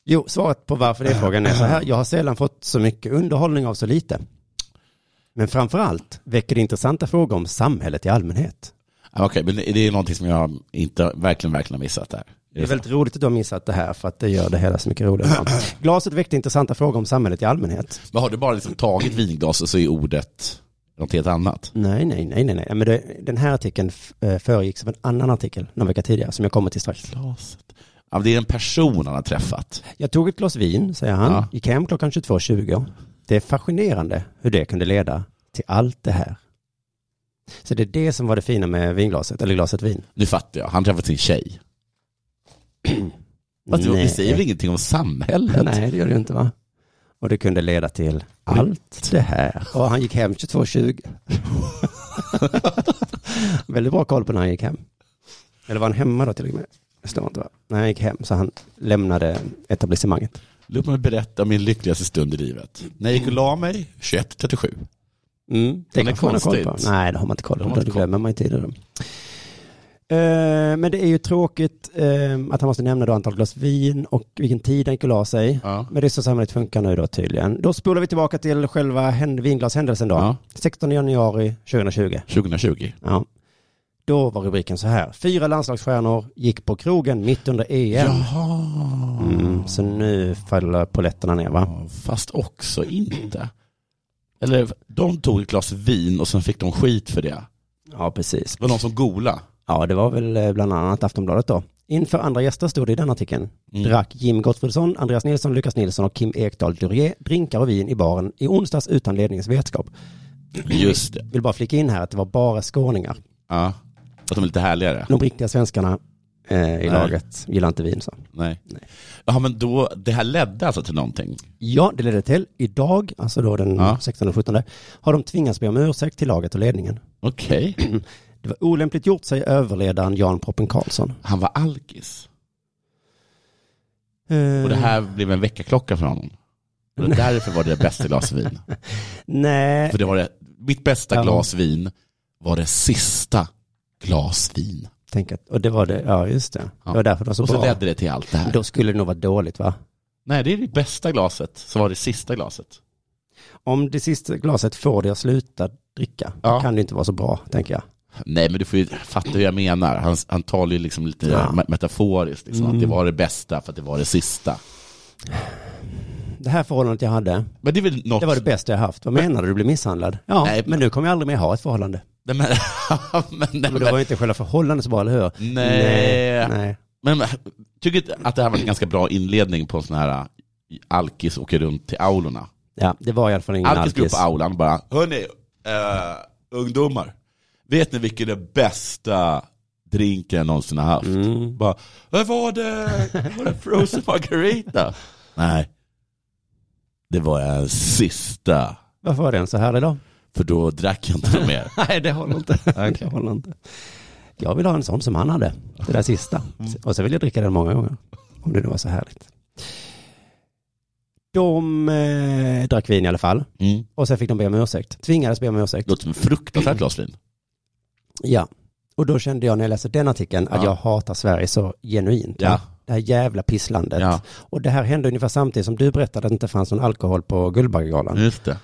[SPEAKER 8] Jo, svaret på varför det är frågan är så här. Jag har sällan fått så mycket underhållning av så lite. Men framför allt väcker det intressanta frågor om samhället i allmänhet.
[SPEAKER 6] Ja, Okej, men det är någonting som jag inte verkligen, verkligen har missat där.
[SPEAKER 8] Det är väldigt roligt att du har missat det här för att det gör det hela så mycket roligare. Glaset väckte intressanta frågor om samhället i allmänhet.
[SPEAKER 6] Men har du bara liksom tagit vinglas och så är ordet något helt annat?
[SPEAKER 8] Nej, nej, nej, nej, nej. Men det, den här artikeln f- eh, föregicks av en annan artikel någon vecka tidigare som jag kommer till strax.
[SPEAKER 6] Glaset. Ja, men det är en person han har träffat.
[SPEAKER 8] Jag tog ett glas vin, säger han,
[SPEAKER 6] Ja.
[SPEAKER 8] gick hem klockan 22.20. Det är fascinerande hur det kunde leda till allt det här. Så det är det som var det fina med vinglaset, eller glaset vin.
[SPEAKER 6] Nu fattar jag, han träffat sin tjej. Fast det- det säger väl ingenting om samhället?
[SPEAKER 8] Nej, det gör det ju inte va? Och det kunde leda till allt det här. Och han gick hem 22.20. Väldigt bra koll på när han gick hem. Eller var han hemma då till och med? Det står inte va? Nej, han gick hem så han lämnade etablissemanget.
[SPEAKER 6] Låt mig berätta om min lyckligaste stund i livet. När jag gick och la mig, 21.37.
[SPEAKER 8] Mm, det
[SPEAKER 6] är
[SPEAKER 8] kanske man har koll
[SPEAKER 6] konstigt.
[SPEAKER 8] på. Nej, det har man inte koll
[SPEAKER 6] Det
[SPEAKER 8] på.
[SPEAKER 6] har man
[SPEAKER 8] Det
[SPEAKER 6] inte koll
[SPEAKER 8] glömmer man ju tidigare. men det är ju tråkigt eh, att han måste nämna då antal glas vin och vilken tid han gick och la sig. Men det är så samhället funkar nu då tydligen. Då spolar vi tillbaka till själva händ- vinglashändelsen då. 16 januari 2020.
[SPEAKER 6] 2020.
[SPEAKER 8] Ja. Då var rubriken så här. Fyra landslagsstjärnor gick på krogen mitt under EM. Mm, så nu faller poletterna ner va?
[SPEAKER 6] Fast också inte. Eller de tog ett glas vin och sen fick de skit för det.
[SPEAKER 8] Ja, precis.
[SPEAKER 6] Det var någon som gola.
[SPEAKER 8] Ja, det var väl eh, bland annat Aftonbladet då. Inför andra gäster stod det i den artikeln. Drack Jim Gottfridsson, Andreas Nilsson, Lukas Nilsson och Kim Ekdahl Durie drinkar och vin i baren i onsdags utan ledningens vetskap.
[SPEAKER 6] Just det.
[SPEAKER 8] Vill bara flika in här att det var bara skåningar.
[SPEAKER 6] Ja. Att de är lite härligare.
[SPEAKER 8] De riktiga svenskarna eh, i laget gillar inte vin så.
[SPEAKER 6] Nej. Ja men då, det här ledde alltså till någonting.
[SPEAKER 8] Ja, det ledde till idag, alltså då den
[SPEAKER 6] Ja.
[SPEAKER 8] 16 och 17, har de tvingats be om ursäkt till laget och ledningen.
[SPEAKER 6] Okej.
[SPEAKER 8] Det var olämpligt gjort, säger överledaren Jan Proppen Karlsson.
[SPEAKER 6] Han var alkis.
[SPEAKER 8] Eh,
[SPEAKER 6] Och det här blev en väckarklocka för honom. Och det därför var det det bästa glas vin.
[SPEAKER 8] Nej.
[SPEAKER 6] För det var det, mitt bästa
[SPEAKER 8] Ja.
[SPEAKER 6] glas vin var det sista glas vin.
[SPEAKER 8] Tänk att, och det var det, ja just det.
[SPEAKER 6] Ja.
[SPEAKER 8] Det var därför det var så
[SPEAKER 6] och så
[SPEAKER 8] bra.
[SPEAKER 6] ledde det till allt det här.
[SPEAKER 8] Då skulle det nog vara dåligt va?
[SPEAKER 6] Nej, det är det bästa glaset som var det sista glaset.
[SPEAKER 8] Om det sista glaset får dig att sluta dricka, då kan det inte vara så bra, tänker jag.
[SPEAKER 6] Nej, men du får ju fatta hur jag menar. Han, han talar ju liksom lite
[SPEAKER 8] Ja.
[SPEAKER 6] me- metaforiskt, liksom,
[SPEAKER 8] Mm.
[SPEAKER 6] att det var det bästa för att det var det sista.
[SPEAKER 8] Det här förhållandet jag hade,
[SPEAKER 6] Men det är väl något...
[SPEAKER 8] det var det bästa jag haft. Vad menar du? Du blev misshandlad? Ja,
[SPEAKER 6] Nej,
[SPEAKER 8] men nu kommer jag aldrig mer ha ett förhållande.
[SPEAKER 6] Nej, men, men, nej,
[SPEAKER 8] Men det var ju inte själva förhållandet så bra, eller hur?
[SPEAKER 6] Nej.
[SPEAKER 8] nej.
[SPEAKER 6] men, men, tycker inte att det här var en ganska bra inledning på en sån här äh, alkis åker runt till aulorna.
[SPEAKER 8] Ja, det var i alla fall ingen
[SPEAKER 6] Alkis
[SPEAKER 8] alkis.
[SPEAKER 6] går upp på aulan och bara, hörni, eh, ungdomar, vet ni vilken är den bästa drinken jag någonsin har
[SPEAKER 8] Mm.
[SPEAKER 6] haft? Bara, vad var det? Var det frozen margarita? Nej, det var en sista,
[SPEAKER 8] Varför var den så härlig då?
[SPEAKER 6] för då drack jag inte mer. Mm.
[SPEAKER 8] Nej, det håller inte. Det håller inte. Jag vill ha en sån som han hade, det där sista.
[SPEAKER 6] Mm.
[SPEAKER 8] Och så vill jag dricka den många gånger, om det nu var så härligt. De eh, drack vin i alla fall.
[SPEAKER 6] Mm.
[SPEAKER 8] Och sen fick de be om ursäkt. Tvingades be om ursäkt.
[SPEAKER 6] Låter som en fruktansvärt glas vin.
[SPEAKER 8] Ja. Och då kände jag när jag läste den artikeln att
[SPEAKER 6] Ja.
[SPEAKER 8] jag hatar Sverige så genuint.
[SPEAKER 6] Ja.
[SPEAKER 8] Det här jävla pisslandet.
[SPEAKER 6] Ja.
[SPEAKER 8] Och det här hände ungefär samtidigt som du berättade att det inte fanns någon alkohol på Guldbaggegalan.
[SPEAKER 6] Just det.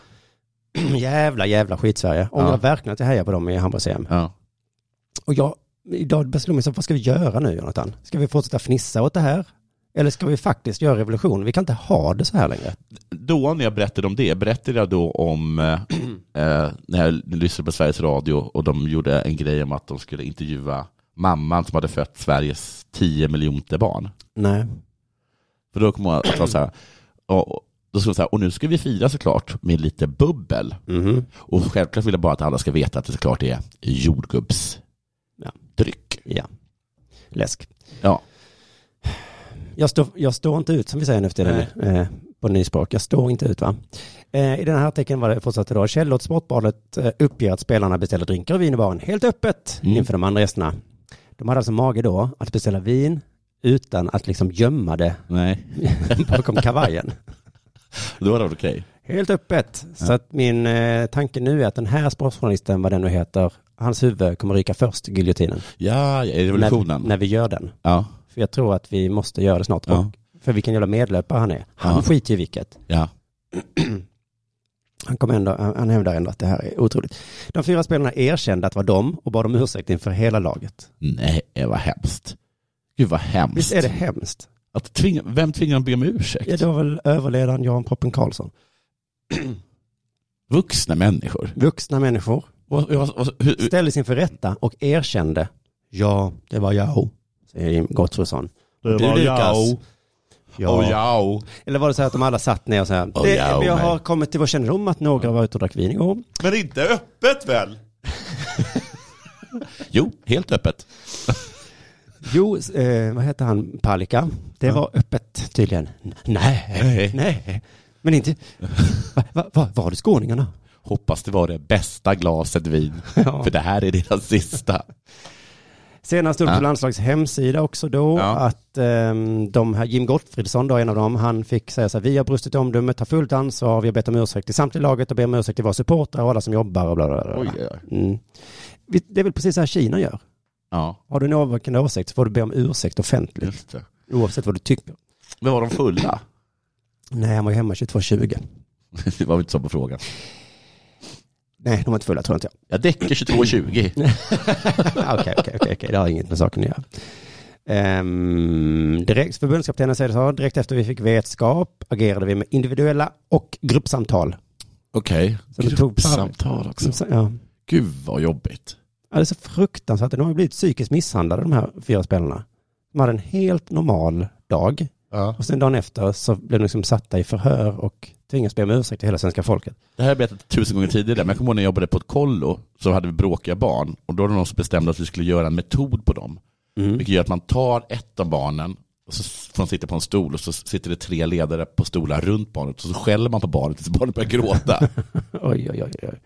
[SPEAKER 8] jävla, jävla skit-Sverige. Ångrar
[SPEAKER 6] Mm. Ja.
[SPEAKER 8] verkligen att jag hejar på dem i handbolls-EM.
[SPEAKER 6] Ja.
[SPEAKER 8] Och jag, idag beslog mig så, vad ska vi göra nu Jonathan? Ska vi fortsätta fnissa åt det här? Eller ska vi faktiskt göra revolution? Vi kan inte ha det så här längre.
[SPEAKER 6] Då när jag berättade om det, berättade jag då om eh, eh, när jag lyssnade på Sveriges Radio och de gjorde en grej om att de skulle intervjua mamman som hade fött Sveriges 10 miljonte barn.
[SPEAKER 8] Nej.
[SPEAKER 6] För då kommer jag att det var så här, och, då ska de så här, och nu ska vi fira såklart med lite bubbel.
[SPEAKER 8] Mhm.
[SPEAKER 6] Och självklart vill jag bara att alla ska veta att det såklart är jordgubbsdryck.
[SPEAKER 8] Ja. Ja. Läsk.
[SPEAKER 6] Ja.
[SPEAKER 8] Jag står, jag står inte ut som vi säger nu för tiden eh, på nyspråk. Jag står inte ut va? Eh, I den här artikeln var det fortsatt idag. Källor till Sportbladet eh, uppger att spelarna beställer drinkar och vin i baren helt öppet
[SPEAKER 6] Mm.
[SPEAKER 8] inför de andra gästerna. De hade alltså mage då att beställa vin utan att liksom gömma det
[SPEAKER 6] Nej,
[SPEAKER 8] bakom kavajen.
[SPEAKER 6] då var det väl okej.
[SPEAKER 8] Helt öppet. Så att min eh, tanke nu är att den här sportjournalisten, vad den nu heter, hans huvud kommer ryka först i giljotinen.
[SPEAKER 6] Ja, ja, i
[SPEAKER 8] När,
[SPEAKER 6] revolutionen.
[SPEAKER 8] när vi gör den.
[SPEAKER 6] Ja,
[SPEAKER 8] För jag tror att vi måste göra det snart.
[SPEAKER 6] Ja.
[SPEAKER 8] Och för vilken jävla medlöpare han är. Han
[SPEAKER 6] Ja.
[SPEAKER 8] skiter ju i vilket.
[SPEAKER 6] ja.
[SPEAKER 8] Han, kom ändå, han han hävdar ändå att det här är otroligt. De fyra spelarna erkände att det var de och bad om ursäkt inför hela laget.
[SPEAKER 6] Nej, vad hemskt. Gud vad hemskt.
[SPEAKER 8] Visst är det hemskt?
[SPEAKER 6] Att tvinga, vem tvingar dem be om ursäkt?
[SPEAKER 8] Ja, det var väl överledaren Jan Proppen Karlsson.
[SPEAKER 6] Vuxna människor.
[SPEAKER 8] Vuxna människor
[SPEAKER 6] Och, och, och, hur, hur,
[SPEAKER 8] ställdes inför rätta och erkände. Ja, det var jag. Säger Jim Gottfridsson.
[SPEAKER 6] Det
[SPEAKER 8] Du,
[SPEAKER 6] var
[SPEAKER 8] Lukas.
[SPEAKER 6] jag. Oh, ja.
[SPEAKER 8] Eller var det så här att de alla satt ner och så här.
[SPEAKER 6] Oh,
[SPEAKER 8] det,
[SPEAKER 6] ja,
[SPEAKER 8] jag
[SPEAKER 6] mate."
[SPEAKER 8] har kommit till vår kännedom att några var ute och drack vin igår.
[SPEAKER 12] Men inte öppet väl?
[SPEAKER 6] Jo, helt öppet.
[SPEAKER 8] Jo, eh, vad heter han, Palicka? Det var öppet tydligen. N- Nej, nej. Men inte, va, va, va, var det skåningarna?
[SPEAKER 6] Hoppas det var det bästa glaset vin.
[SPEAKER 8] Ja.
[SPEAKER 6] För det här är deras sista.
[SPEAKER 8] Senast stod det
[SPEAKER 6] Ja.
[SPEAKER 8] på landslags hemsida också då att ehm, de här, Jim Gottfridsson då, en av dem, han fick säga så här, vi har brustit i omdömet, tar fullt ansvar, vi har bett om ursäkt till samtliga laget och ber om ursäkt till våra supportrar och alla som jobbar och bla bla bla. bla. Mm. Vi- Det är väl precis så här Kina gör.
[SPEAKER 6] Ja.
[SPEAKER 8] Har du en avvikande åsikt så får du be om ursäkt offentligt.
[SPEAKER 6] Mm.
[SPEAKER 8] Oavsett vad du tycker.
[SPEAKER 6] Men var de fulla?
[SPEAKER 8] Nej, han var ju hemma 22.20.
[SPEAKER 6] Det var väl inte så på frågan.
[SPEAKER 8] Nej, de var inte fulla tror inte jag.
[SPEAKER 6] Jag däcker 22.20.
[SPEAKER 8] Okej, okej, okej, okej, det har inget med saken att göra. Ehm, direkt, förbundskaptenen säger så här, direkt efter vi fick vetskap agerade vi med individuella och gruppsamtal.
[SPEAKER 6] Okej.
[SPEAKER 8] Så det tog- Mm,
[SPEAKER 6] Gruppsamtal också.
[SPEAKER 8] Så- Ja.
[SPEAKER 6] Gud vad jobbigt.
[SPEAKER 8] Ja, det är så fruktansvärt. De har ju blivit psykiskt misshandlade de här fyra spelarna. De hade en helt normal dag. Och sen dagen efter så blev de liksom satta i förhör och tvingades be om ursäkt till hela svenska folket.
[SPEAKER 6] Det här har jag berättat tusen gånger tidigare, men jag kommer ihåg när jag jobbade på ett kollo så hade vi bråkiga barn och då var det någon som bestämde att vi skulle göra en metod på dem.
[SPEAKER 8] Mm.
[SPEAKER 6] Vilket gör att man tar ett av barnen och så får de sitta på en stol och så sitter det tre ledare på stolar runt barnet och så skäller man på barnet tills barnet börjar gråta.
[SPEAKER 8] Oj, oj, oj. oj.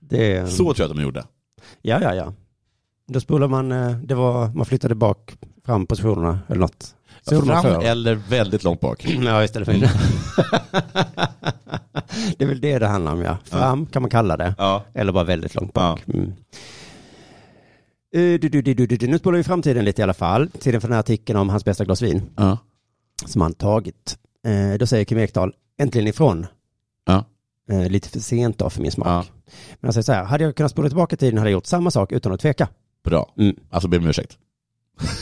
[SPEAKER 8] Det...
[SPEAKER 6] Så tror jag att de gjorde.
[SPEAKER 8] Ja, ja, ja. Då spolar man, eh, det var, man flyttade bak, fram positionerna eller något. Så gjorde man
[SPEAKER 6] Fram
[SPEAKER 8] förr.
[SPEAKER 6] eller väldigt långt bak.
[SPEAKER 8] Ja, istället för Det är väl det det handlar om, ja. Fram kan man kalla det. Eller bara väldigt långt bak. Mm. Eh, Du, du, du, du, du, du. Nu spolar vi framtiden lite i alla fall. Tiden för den här artikeln om hans bästa glas vin. Som han tagit. Eh, Då säger Kim Ekdahl, äntligen ifrån. Eh, Lite för sent då för min smak. Men han säger så här, hade jag kunnat spola tillbaka tiden hade jag gjort samma sak utan att tveka.
[SPEAKER 6] Bra. Alltså be om ursäkt.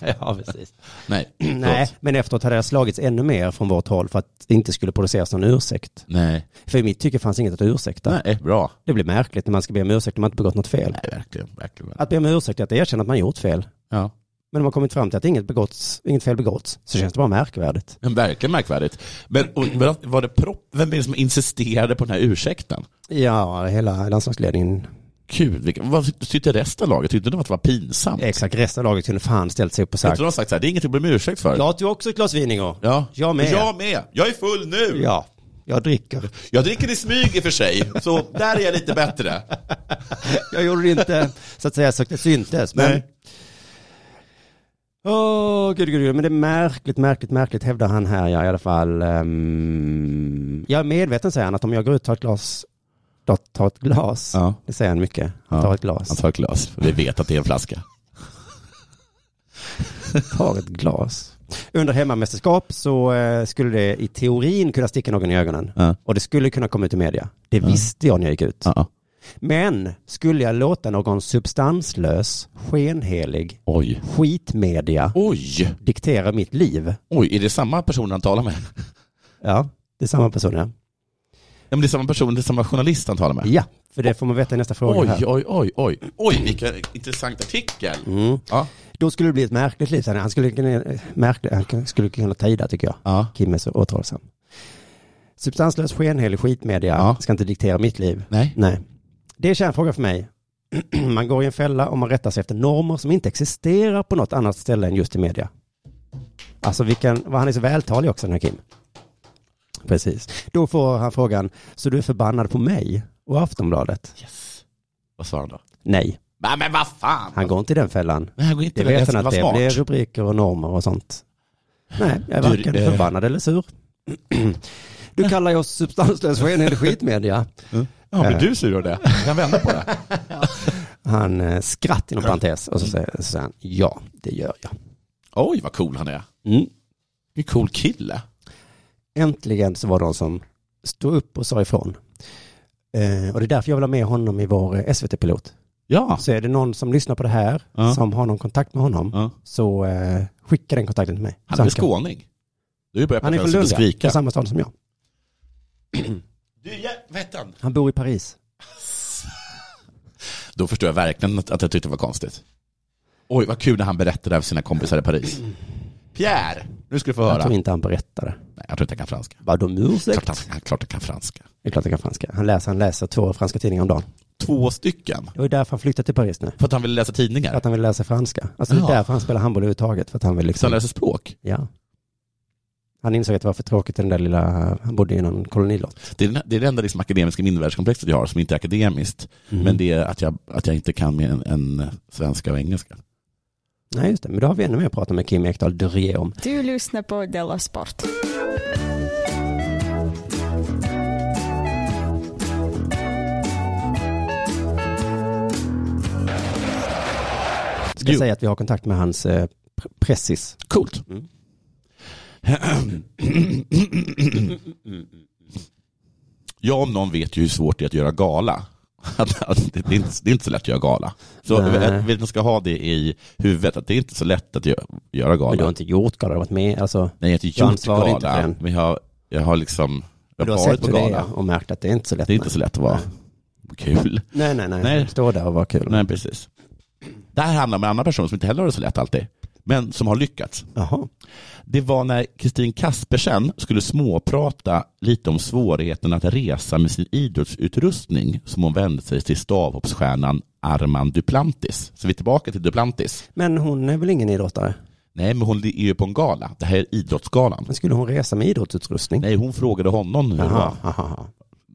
[SPEAKER 8] Mm. ja, precis.
[SPEAKER 6] Nej.
[SPEAKER 8] Nej,
[SPEAKER 6] förlåt.
[SPEAKER 8] men efteråt hade jag slagits ännu mer från vårt håll för att det inte skulle produceras någon ursäkt.
[SPEAKER 6] Nej.
[SPEAKER 8] För i mitt tycke fanns inget att ursäkta.
[SPEAKER 6] Nej, bra.
[SPEAKER 8] Det blir märkligt när man ska be om ursäkt när man inte begått något fel.
[SPEAKER 6] Nej, verkligen. verkligen.
[SPEAKER 8] Att be om ursäkt är att erkänna att man gjort fel.
[SPEAKER 6] Ja.
[SPEAKER 8] Men om man kommit fram till att inget, begåtts, inget fel begåtts så känns det bara märkvärdigt.
[SPEAKER 6] Men verkligen märkvärdigt. Men och, men var det propp? Vem är det som insisterade på den här ursäkten?
[SPEAKER 8] Ja, hela landslagsledningen.
[SPEAKER 6] Kul. Vilka- Vad tyckte resten av laget? Tyckte de att det var pinsamt?
[SPEAKER 8] Exakt, resten av laget kunde fan ställt sig upp och
[SPEAKER 6] Jag
[SPEAKER 8] sagt.
[SPEAKER 6] tror de har sagt så här, det är inget att be om ursäkt för.
[SPEAKER 8] Klart du också ett glas vin igår.
[SPEAKER 6] Ja.
[SPEAKER 8] Jag med.
[SPEAKER 12] Jag med. Jag är full nu.
[SPEAKER 8] Ja, jag dricker.
[SPEAKER 6] Jag dricker i smyg i och för sig, så där är jag lite bättre.
[SPEAKER 8] Jag gjorde det inte, så att säga, så att det syntes. Men... Åh, gud, gud, gud, men det är märkligt, märkligt, märkligt hävdar han här ja, i alla fall. Ehm, jag är medveten, säger han, att om jag går ut och tar ett glas, då tar ett glas,
[SPEAKER 6] Ja.
[SPEAKER 8] det säger han mycket, han tar ett glas,
[SPEAKER 6] Han tar ett glas. Vi vet att det är en flaska.
[SPEAKER 8] tar ett glas. Under hemmamästerskap så eh, skulle det i teorin kunna sticka någon i ögonen
[SPEAKER 6] Ja.
[SPEAKER 8] och det skulle kunna komma ut i media. Det
[SPEAKER 6] Ja.
[SPEAKER 8] visste jag när jag gick ut.
[SPEAKER 6] Ja.
[SPEAKER 8] Men skulle jag låta någon substanslös, skenhelig,
[SPEAKER 6] Oj.
[SPEAKER 8] skitmedia
[SPEAKER 6] Oj.
[SPEAKER 8] diktera mitt liv.
[SPEAKER 6] Oj, är det samma person han talar med?
[SPEAKER 8] Ja, det är samma person ja.
[SPEAKER 6] Ja, men det är samma person, det är samma journalist han talar med.
[SPEAKER 8] Ja, för det får man veta i nästa fråga
[SPEAKER 6] Oj,
[SPEAKER 8] här.
[SPEAKER 6] oj, oj, oj. Oj, vilken intressant artikel.
[SPEAKER 8] Mm.
[SPEAKER 6] Ja.
[SPEAKER 8] Då skulle det bli ett märkligt liv. Han skulle kunna, märkligt, han skulle kunna ta i där tycker jag.
[SPEAKER 6] Ja.
[SPEAKER 8] Kim är så återhållsam. Substanslös skenhelig skitmedia ska inte diktera mitt liv.
[SPEAKER 6] Nej.
[SPEAKER 8] Nej. Det är en kärnfråga för mig. man går i en fälla och man rättar sig efter normer som inte existerar på något annat ställe än just i media. Alltså vilken, vad han är så vältalig också den här Kim. Precis. Då får han frågan, så du är förbannad på mig och Aftonbladet?
[SPEAKER 6] Vad sa han då?
[SPEAKER 8] Nej,
[SPEAKER 6] Nej, men vad fan.
[SPEAKER 8] han går inte i den fällan.
[SPEAKER 6] Nej, han går inte i
[SPEAKER 8] Det
[SPEAKER 6] den. Jag
[SPEAKER 8] vet
[SPEAKER 6] ska
[SPEAKER 8] han att
[SPEAKER 6] vara
[SPEAKER 8] det
[SPEAKER 6] smart.
[SPEAKER 8] blir rubriker och normer och sånt. Nej, jag är
[SPEAKER 6] Du,
[SPEAKER 8] varken
[SPEAKER 6] eh.
[SPEAKER 8] förbannad eller sur. Du kallar ju oss substanslös skenhelig skitmedia.
[SPEAKER 6] Ja,
[SPEAKER 8] Eh.
[SPEAKER 6] men du är sur över det. Jag kan vända på det.
[SPEAKER 8] Han eh, skratt inom parentes och så säger, så säger han ja, det gör jag.
[SPEAKER 6] Oj, vad cool han är.
[SPEAKER 8] Mm.
[SPEAKER 6] Vilken cool kille.
[SPEAKER 8] Äntligen så var det någon som stod upp och sa ifrån. Eh, och det är därför jag vill ha med honom i vår eh, SVT-pilot.
[SPEAKER 6] Ja.
[SPEAKER 8] Så är det någon som lyssnar på det här
[SPEAKER 6] Ja.
[SPEAKER 8] som har någon kontakt med honom
[SPEAKER 6] Ja.
[SPEAKER 8] så eh, skicka den kontakten till mig.
[SPEAKER 6] Han
[SPEAKER 8] Så
[SPEAKER 6] är väl
[SPEAKER 8] kan-
[SPEAKER 6] skåning? Du har ju börjat
[SPEAKER 8] Han är
[SPEAKER 6] prata
[SPEAKER 8] från
[SPEAKER 6] så att
[SPEAKER 8] Lund,
[SPEAKER 6] du
[SPEAKER 8] ja.
[SPEAKER 6] skrika.
[SPEAKER 8] Från samma stad som jag.
[SPEAKER 6] Du, jä- vad hette han?
[SPEAKER 8] Han bor i Paris.
[SPEAKER 6] Då förstår jag verkligen att, att jag tyckte det var konstigt. Oj, vad kul när han berättade det här för sina kompisar i Paris. Pierre, nu ska du få höra.
[SPEAKER 8] Jag tror inte han berättar det.
[SPEAKER 6] Nej, jag tror inte han kan franska.
[SPEAKER 8] Vadå med ursäkt?
[SPEAKER 6] Klart han, klart han kan franska.
[SPEAKER 8] Det är klart han kan franska. Han läser, han läser två franska tidningar om dagen.
[SPEAKER 6] Två stycken?
[SPEAKER 8] Det var ju därför han flyttade till Paris nu.
[SPEAKER 6] För att han ville läsa tidningar?
[SPEAKER 8] För att han ville läsa franska. Alltså det
[SPEAKER 6] Ja.
[SPEAKER 8] är därför han spelar handboll överhuvudtaget. För att han vill
[SPEAKER 6] Så
[SPEAKER 8] liksom...
[SPEAKER 6] han läser språk?
[SPEAKER 8] Ja. Han insåg att det var för tråkigt i den där lilla, han bodde i någon kolonilott.
[SPEAKER 6] Det är, den- det är det enda liksom akademiska mindervärdskomplexet jag har som inte är akademiskt.
[SPEAKER 8] Mm.
[SPEAKER 6] Men det är att jag, att jag inte kan mer än, än svenska och engelska.
[SPEAKER 8] Nej just det, men då har vi ännu mer att prata med Kim Ekdahl Durie om.
[SPEAKER 13] Du lyssnar på Della Sport.
[SPEAKER 8] Ska
[SPEAKER 6] Jo.
[SPEAKER 8] säga att vi har kontakt med hans eh, pr- pressis.
[SPEAKER 6] Coolt.
[SPEAKER 8] Mm.
[SPEAKER 6] Jag om någon vet ju hur svårt det är att göra gala. Att- att det, det, är inte, det är inte så lätt att göra gala. Så
[SPEAKER 8] Nej.
[SPEAKER 6] vi man ska ha det i huvudet, att det är inte så lätt att göra, göra gala.
[SPEAKER 8] Men du har inte gjort gala, du har varit med, alltså.
[SPEAKER 6] Nej, jag har inte
[SPEAKER 8] du
[SPEAKER 6] gjort
[SPEAKER 8] ansvarar inte för
[SPEAKER 6] gala.
[SPEAKER 8] den.
[SPEAKER 6] Men jag, har- jag har liksom, jag
[SPEAKER 8] Du
[SPEAKER 6] har
[SPEAKER 8] har
[SPEAKER 6] varit
[SPEAKER 8] sett
[SPEAKER 6] på
[SPEAKER 8] hur det
[SPEAKER 6] gala.
[SPEAKER 8] är och märkt att det är inte så lätt.
[SPEAKER 6] Det är inte så lätt att vara kul.
[SPEAKER 8] Nej, nej, nej.
[SPEAKER 6] Nej.
[SPEAKER 8] Stå där och vara kul.
[SPEAKER 6] Nej, precis. Det här handlar om en annan person som inte heller har det så lätt alltid, men som har lyckats.
[SPEAKER 8] Jaha.
[SPEAKER 6] Det var när Kristin Kaspersen skulle småprata lite om svårigheten att resa med sin idrottsutrustning som hon vände sig till stavhoppsstjärnan Armand Duplantis. Så vi är tillbaka till Duplantis.
[SPEAKER 8] Men hon är väl ingen idrottare?
[SPEAKER 6] Nej, men hon är ju på en gala. Det här är Idrottsgalan.
[SPEAKER 8] Men skulle hon resa med idrottsutrustning?
[SPEAKER 6] Nej, hon frågade honom hur det var.
[SPEAKER 8] Jaha, aha, aha.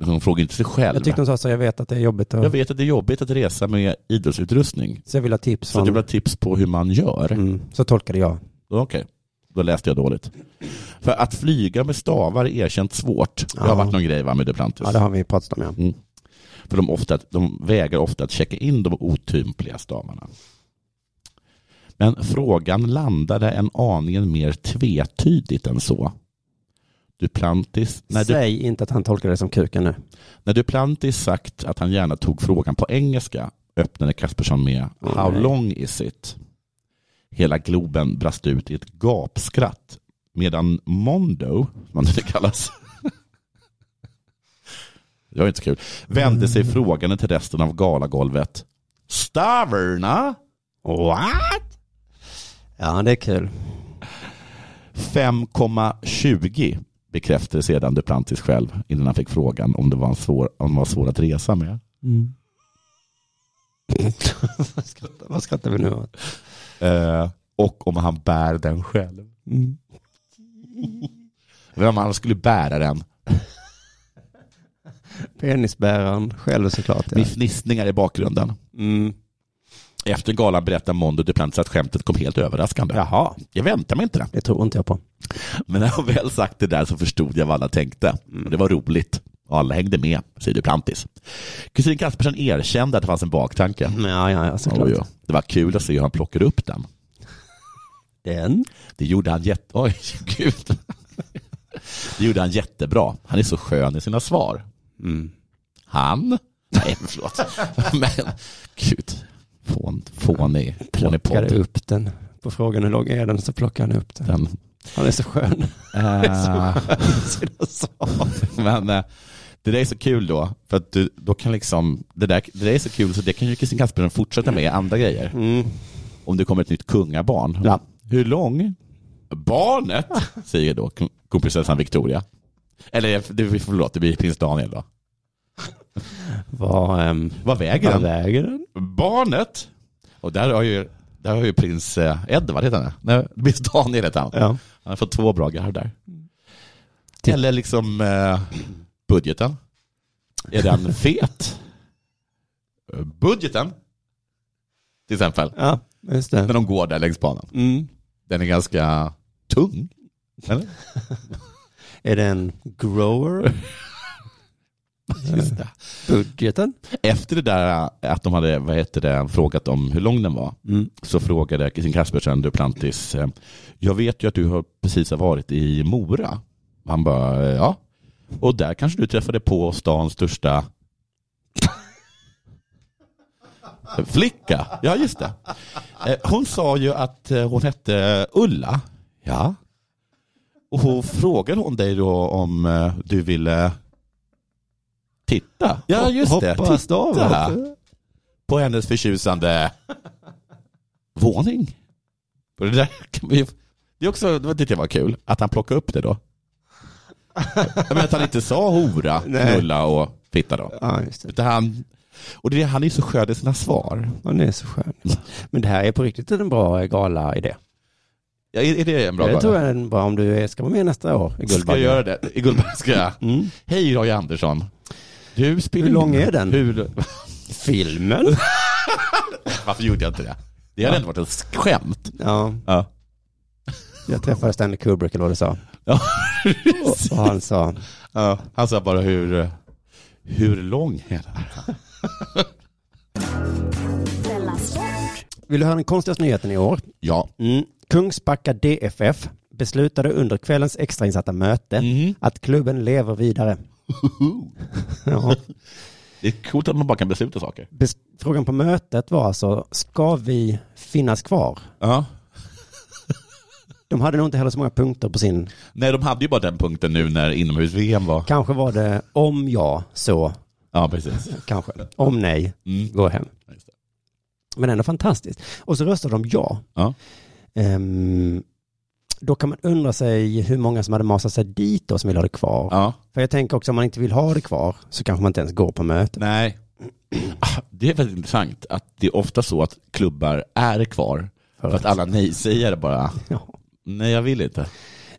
[SPEAKER 6] Hon frågade inte sig själv.
[SPEAKER 8] Jag tyckte hon sa så, jag vet att det är jobbigt
[SPEAKER 6] Jag
[SPEAKER 8] och...
[SPEAKER 6] vet att det är jobbigt att resa med idrottsutrustning.
[SPEAKER 8] Så jag vill ha tips
[SPEAKER 6] Så att jag
[SPEAKER 8] från...
[SPEAKER 6] vill ha tips på hur man gör.
[SPEAKER 8] Mm, så tolkade jag.
[SPEAKER 6] Okej, då läste jag dåligt. För att flyga med stavar är erkänt svårt. Det har
[SPEAKER 8] Ja.
[SPEAKER 6] varit någon grej va, med Duplantis.
[SPEAKER 8] Ja, det har vi pratat om ja.
[SPEAKER 6] Mm. För de, ofta, de vägrar ofta att checka in de otympliga stavarna. Men frågan landade en aningen mer tvetydigt än så. Duplantis, när, du,
[SPEAKER 8] Säg inte att han tolkade det som kuken nu.
[SPEAKER 6] när Duplantis sagt att han gärna tog frågan på engelska öppnade Kaspersson med
[SPEAKER 8] Åh,
[SPEAKER 6] How
[SPEAKER 8] nej.
[SPEAKER 6] long is it? Hela Globen brast ut i ett gapskratt medan Mondo, som han nu kallas, det var inte så kul, vände sig frågande till resten av galagolvet. Staverna? What?
[SPEAKER 8] Ja, det är kul.
[SPEAKER 6] 5,20 bekräftade sedan Duplantis själv innan han fick frågan om det var, en svår, om det var svår att resa med.
[SPEAKER 8] vad, skrattar, vad skrattar vi nu åt?
[SPEAKER 6] Eh, och om han bär den själv. Vem annars skulle bära den?
[SPEAKER 8] Penisbäraren själv såklart. Ja.
[SPEAKER 6] Med fnissningar i bakgrunden.
[SPEAKER 8] Mm.
[SPEAKER 6] Efter galan berättar Mondo Duplantis att skämtet kom helt överraskande.
[SPEAKER 8] Jaha,
[SPEAKER 6] Jag väntar mig inte det.
[SPEAKER 8] det tror inte jag på.
[SPEAKER 6] Men när jag väl sagt det där så förstod jag vad alla tänkte. Och Det var roligt. Alla hängde med, säger Duplantis. Kristin Kaspersen erkände att det fanns en baktanke.
[SPEAKER 8] Ja, ja, ja såklart.
[SPEAKER 6] Oj, oj. Det var kul att se hur han plockade upp den.
[SPEAKER 8] Den?
[SPEAKER 6] Det gjorde han jätte... Oj, gud. Det gjorde han jättebra. Han är så skön i sina svar.
[SPEAKER 8] Mm.
[SPEAKER 6] Han? Nej, förlåt. Men, gud. Fån, fånig. Fånig
[SPEAKER 8] Plockade
[SPEAKER 6] podd.
[SPEAKER 8] upp den. På frågan hur lång är den så plockade han upp den.
[SPEAKER 6] Den.
[SPEAKER 8] Han är så skön.
[SPEAKER 6] Eh,
[SPEAKER 8] Sina svar.
[SPEAKER 6] Men eh, det där är så kul då, för att du, då kan liksom, det där, det där är så kul så det kan ju Kristin Kaspersen fortsätta med i andra grejer.
[SPEAKER 8] Mm.
[SPEAKER 6] Om det kommer ett nytt kungabarn.
[SPEAKER 8] Ja.
[SPEAKER 6] Hur lång? Barnet, säger då kung- kronprinsessan Victoria. Eller det- förlåt, det blir prins Daniel då.
[SPEAKER 8] Vad ehm,
[SPEAKER 6] Vad väger
[SPEAKER 8] vad
[SPEAKER 6] den?
[SPEAKER 8] väger den?
[SPEAKER 6] Barnet. Och där har ju, där har ju prins eh, Edward, heter han det? Nej, prins Daniel heter han.
[SPEAKER 8] Ja.
[SPEAKER 6] Han har fått två bra garv där. Eller liksom eh, budgeten. Är den fet? Eh, budgeten. Till exempel.
[SPEAKER 8] ja, just
[SPEAKER 6] När
[SPEAKER 8] det.
[SPEAKER 6] de går där längs banan.
[SPEAKER 8] Mm.
[SPEAKER 6] Den är ganska tung. Eller?
[SPEAKER 8] Är det en grower?
[SPEAKER 6] Just det.
[SPEAKER 8] Budgeten?
[SPEAKER 6] Efter det där eh, att de hade vad heter det, frågat om hur lång den var
[SPEAKER 8] Mm.
[SPEAKER 6] så frågade Kristin Kaspersen Duplantis eh, Jag vet ju att du har precis har varit i Mora. Han bara eh, ja. Och där kanske du träffade på stans största flicka. Ja just det. Eh, Hon sa ju att eh, hon hette Ulla. Ja. Och hon frågade hon dig då om eh, du ville titta. Ja just det.
[SPEAKER 8] Hoppa
[SPEAKER 6] Titta
[SPEAKER 8] staven.
[SPEAKER 6] på hennes förtjusande våning. Och det där kan vi ju Det, är också, det tyckte jag var kul, att han plockade upp det då. Men att han inte sa hora, knulla och fitta då.
[SPEAKER 8] Ja, just det.
[SPEAKER 6] Utan han, och det, han är så skön i sina svar.
[SPEAKER 8] Han är så skön. Men det här är på riktigt en bra gala-idé.
[SPEAKER 6] Ja, är, är det en bra
[SPEAKER 8] det
[SPEAKER 6] gala?
[SPEAKER 8] tror jag är en bra om du är- ska vara med nästa år
[SPEAKER 6] Ska
[SPEAKER 8] i
[SPEAKER 6] jag
[SPEAKER 8] Guldbaggen. Mm.
[SPEAKER 6] göra det? I Guldbaggen ska jag. Hej Roy Andersson. Du spelar
[SPEAKER 8] Hur lång
[SPEAKER 6] in-
[SPEAKER 8] är den?
[SPEAKER 6] Hur...
[SPEAKER 8] Filmen?
[SPEAKER 6] Varför gjorde jag inte det? Det hade
[SPEAKER 8] Ja.
[SPEAKER 6] ändå varit ett skämt.
[SPEAKER 8] Ja.
[SPEAKER 6] Ja.
[SPEAKER 8] Jag träffade Stanley Kubrick eller vad du sa.
[SPEAKER 6] Ja,
[SPEAKER 8] och han sa,
[SPEAKER 6] Ja, han sa bara hur, hur lång är den?
[SPEAKER 9] Della Sport.
[SPEAKER 8] vill du höra den konstigaste nyheten i år?
[SPEAKER 6] Ja.
[SPEAKER 8] Mm. Kungsbacka DFF beslutade under kvällens extrainsatta möte
[SPEAKER 6] Mm. Mm-hmm.
[SPEAKER 8] att klubben lever vidare. ja.
[SPEAKER 6] Det är coolt att man bara kan besluta saker.
[SPEAKER 8] Bes- Frågan på mötet var alltså, ska vi finnas kvar?
[SPEAKER 6] Ja.
[SPEAKER 8] De hade nog inte heller så många punkter på sin,
[SPEAKER 6] Nej, de hade ju bara den punkten nu när inomhus-VM var.
[SPEAKER 8] kanske var det om ja, så
[SPEAKER 6] Ja, precis.
[SPEAKER 8] kanske. Om nej,
[SPEAKER 6] Mm.
[SPEAKER 8] gå hem.
[SPEAKER 6] Just det.
[SPEAKER 8] Men ändå fantastiskt. Och så röstade de ja.
[SPEAKER 6] Ja.
[SPEAKER 8] Ehm, då kan man undra sig hur många som hade masat sig dit då som vill ha det kvar.
[SPEAKER 6] Ja.
[SPEAKER 8] För jag tänker också om man inte vill ha det kvar så kanske man inte ens går på möten.
[SPEAKER 6] Nej. Ah, Det är väldigt intressant att det är ofta så att klubbar är kvar. För att alla nej-sägare bara,
[SPEAKER 8] Ja.
[SPEAKER 6] nej jag vill inte.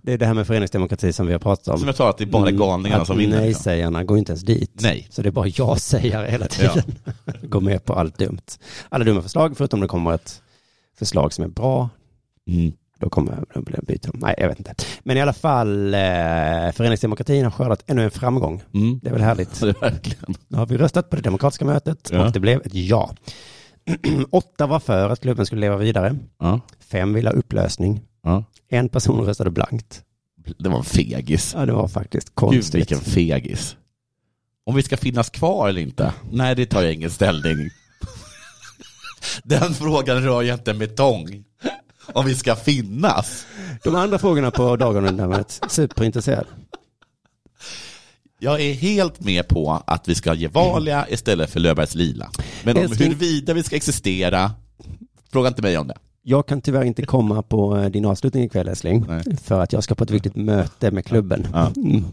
[SPEAKER 8] Det är det här med föreningsdemokrati som vi har pratat om. Mm,
[SPEAKER 6] Som jag sa, Mm. att det är bara galningarna
[SPEAKER 8] att
[SPEAKER 6] som vinner, liksom.
[SPEAKER 8] Nej-sägarna går inte ens dit.
[SPEAKER 6] Nej.
[SPEAKER 8] Så det är bara ja-sägare hela tiden. går med på allt dumt. Alla dumma förslag, förutom det kommer ett förslag som är bra,
[SPEAKER 6] Mm.
[SPEAKER 8] då kommer de bli byta. Nej, jag vet inte. Men i alla fall, eh, föreningsdemokratin har skördat ännu en framgång.
[SPEAKER 6] Mm.
[SPEAKER 8] Det är väl härligt.
[SPEAKER 6] Verkligen.
[SPEAKER 8] Nu har vi röstat på det demokratiska mötet
[SPEAKER 6] Ja.
[SPEAKER 8] och det blev ett ja. Åtta var för att klubben skulle leva vidare.
[SPEAKER 6] Ja.
[SPEAKER 8] Fem ville ha upplösning.
[SPEAKER 6] Ja.
[SPEAKER 8] En person röstade blankt.
[SPEAKER 6] Det var en fegis.
[SPEAKER 8] Ja, det var faktiskt
[SPEAKER 6] Gud
[SPEAKER 8] konstigt.
[SPEAKER 6] vilken fegis. Om vi ska finnas kvar eller inte? Nej, det tar jag ingen ställning. Den frågan rör jag inte med tång. Om vi ska finnas.
[SPEAKER 8] De andra frågorna på dagordningen däremot, superintresserad.
[SPEAKER 6] Jag är helt med på att vi ska ha Gevalia istället för Löfbergs Lila. Men om
[SPEAKER 8] Älskling.
[SPEAKER 6] huruvida vi ska existera, fråga inte mig om det.
[SPEAKER 8] Jag kan tyvärr inte komma på eh, din avslutning ikväll älskling,
[SPEAKER 6] Nej.
[SPEAKER 8] för att jag ska på ett viktigt möte med klubben.
[SPEAKER 6] Ja.
[SPEAKER 8] Mm.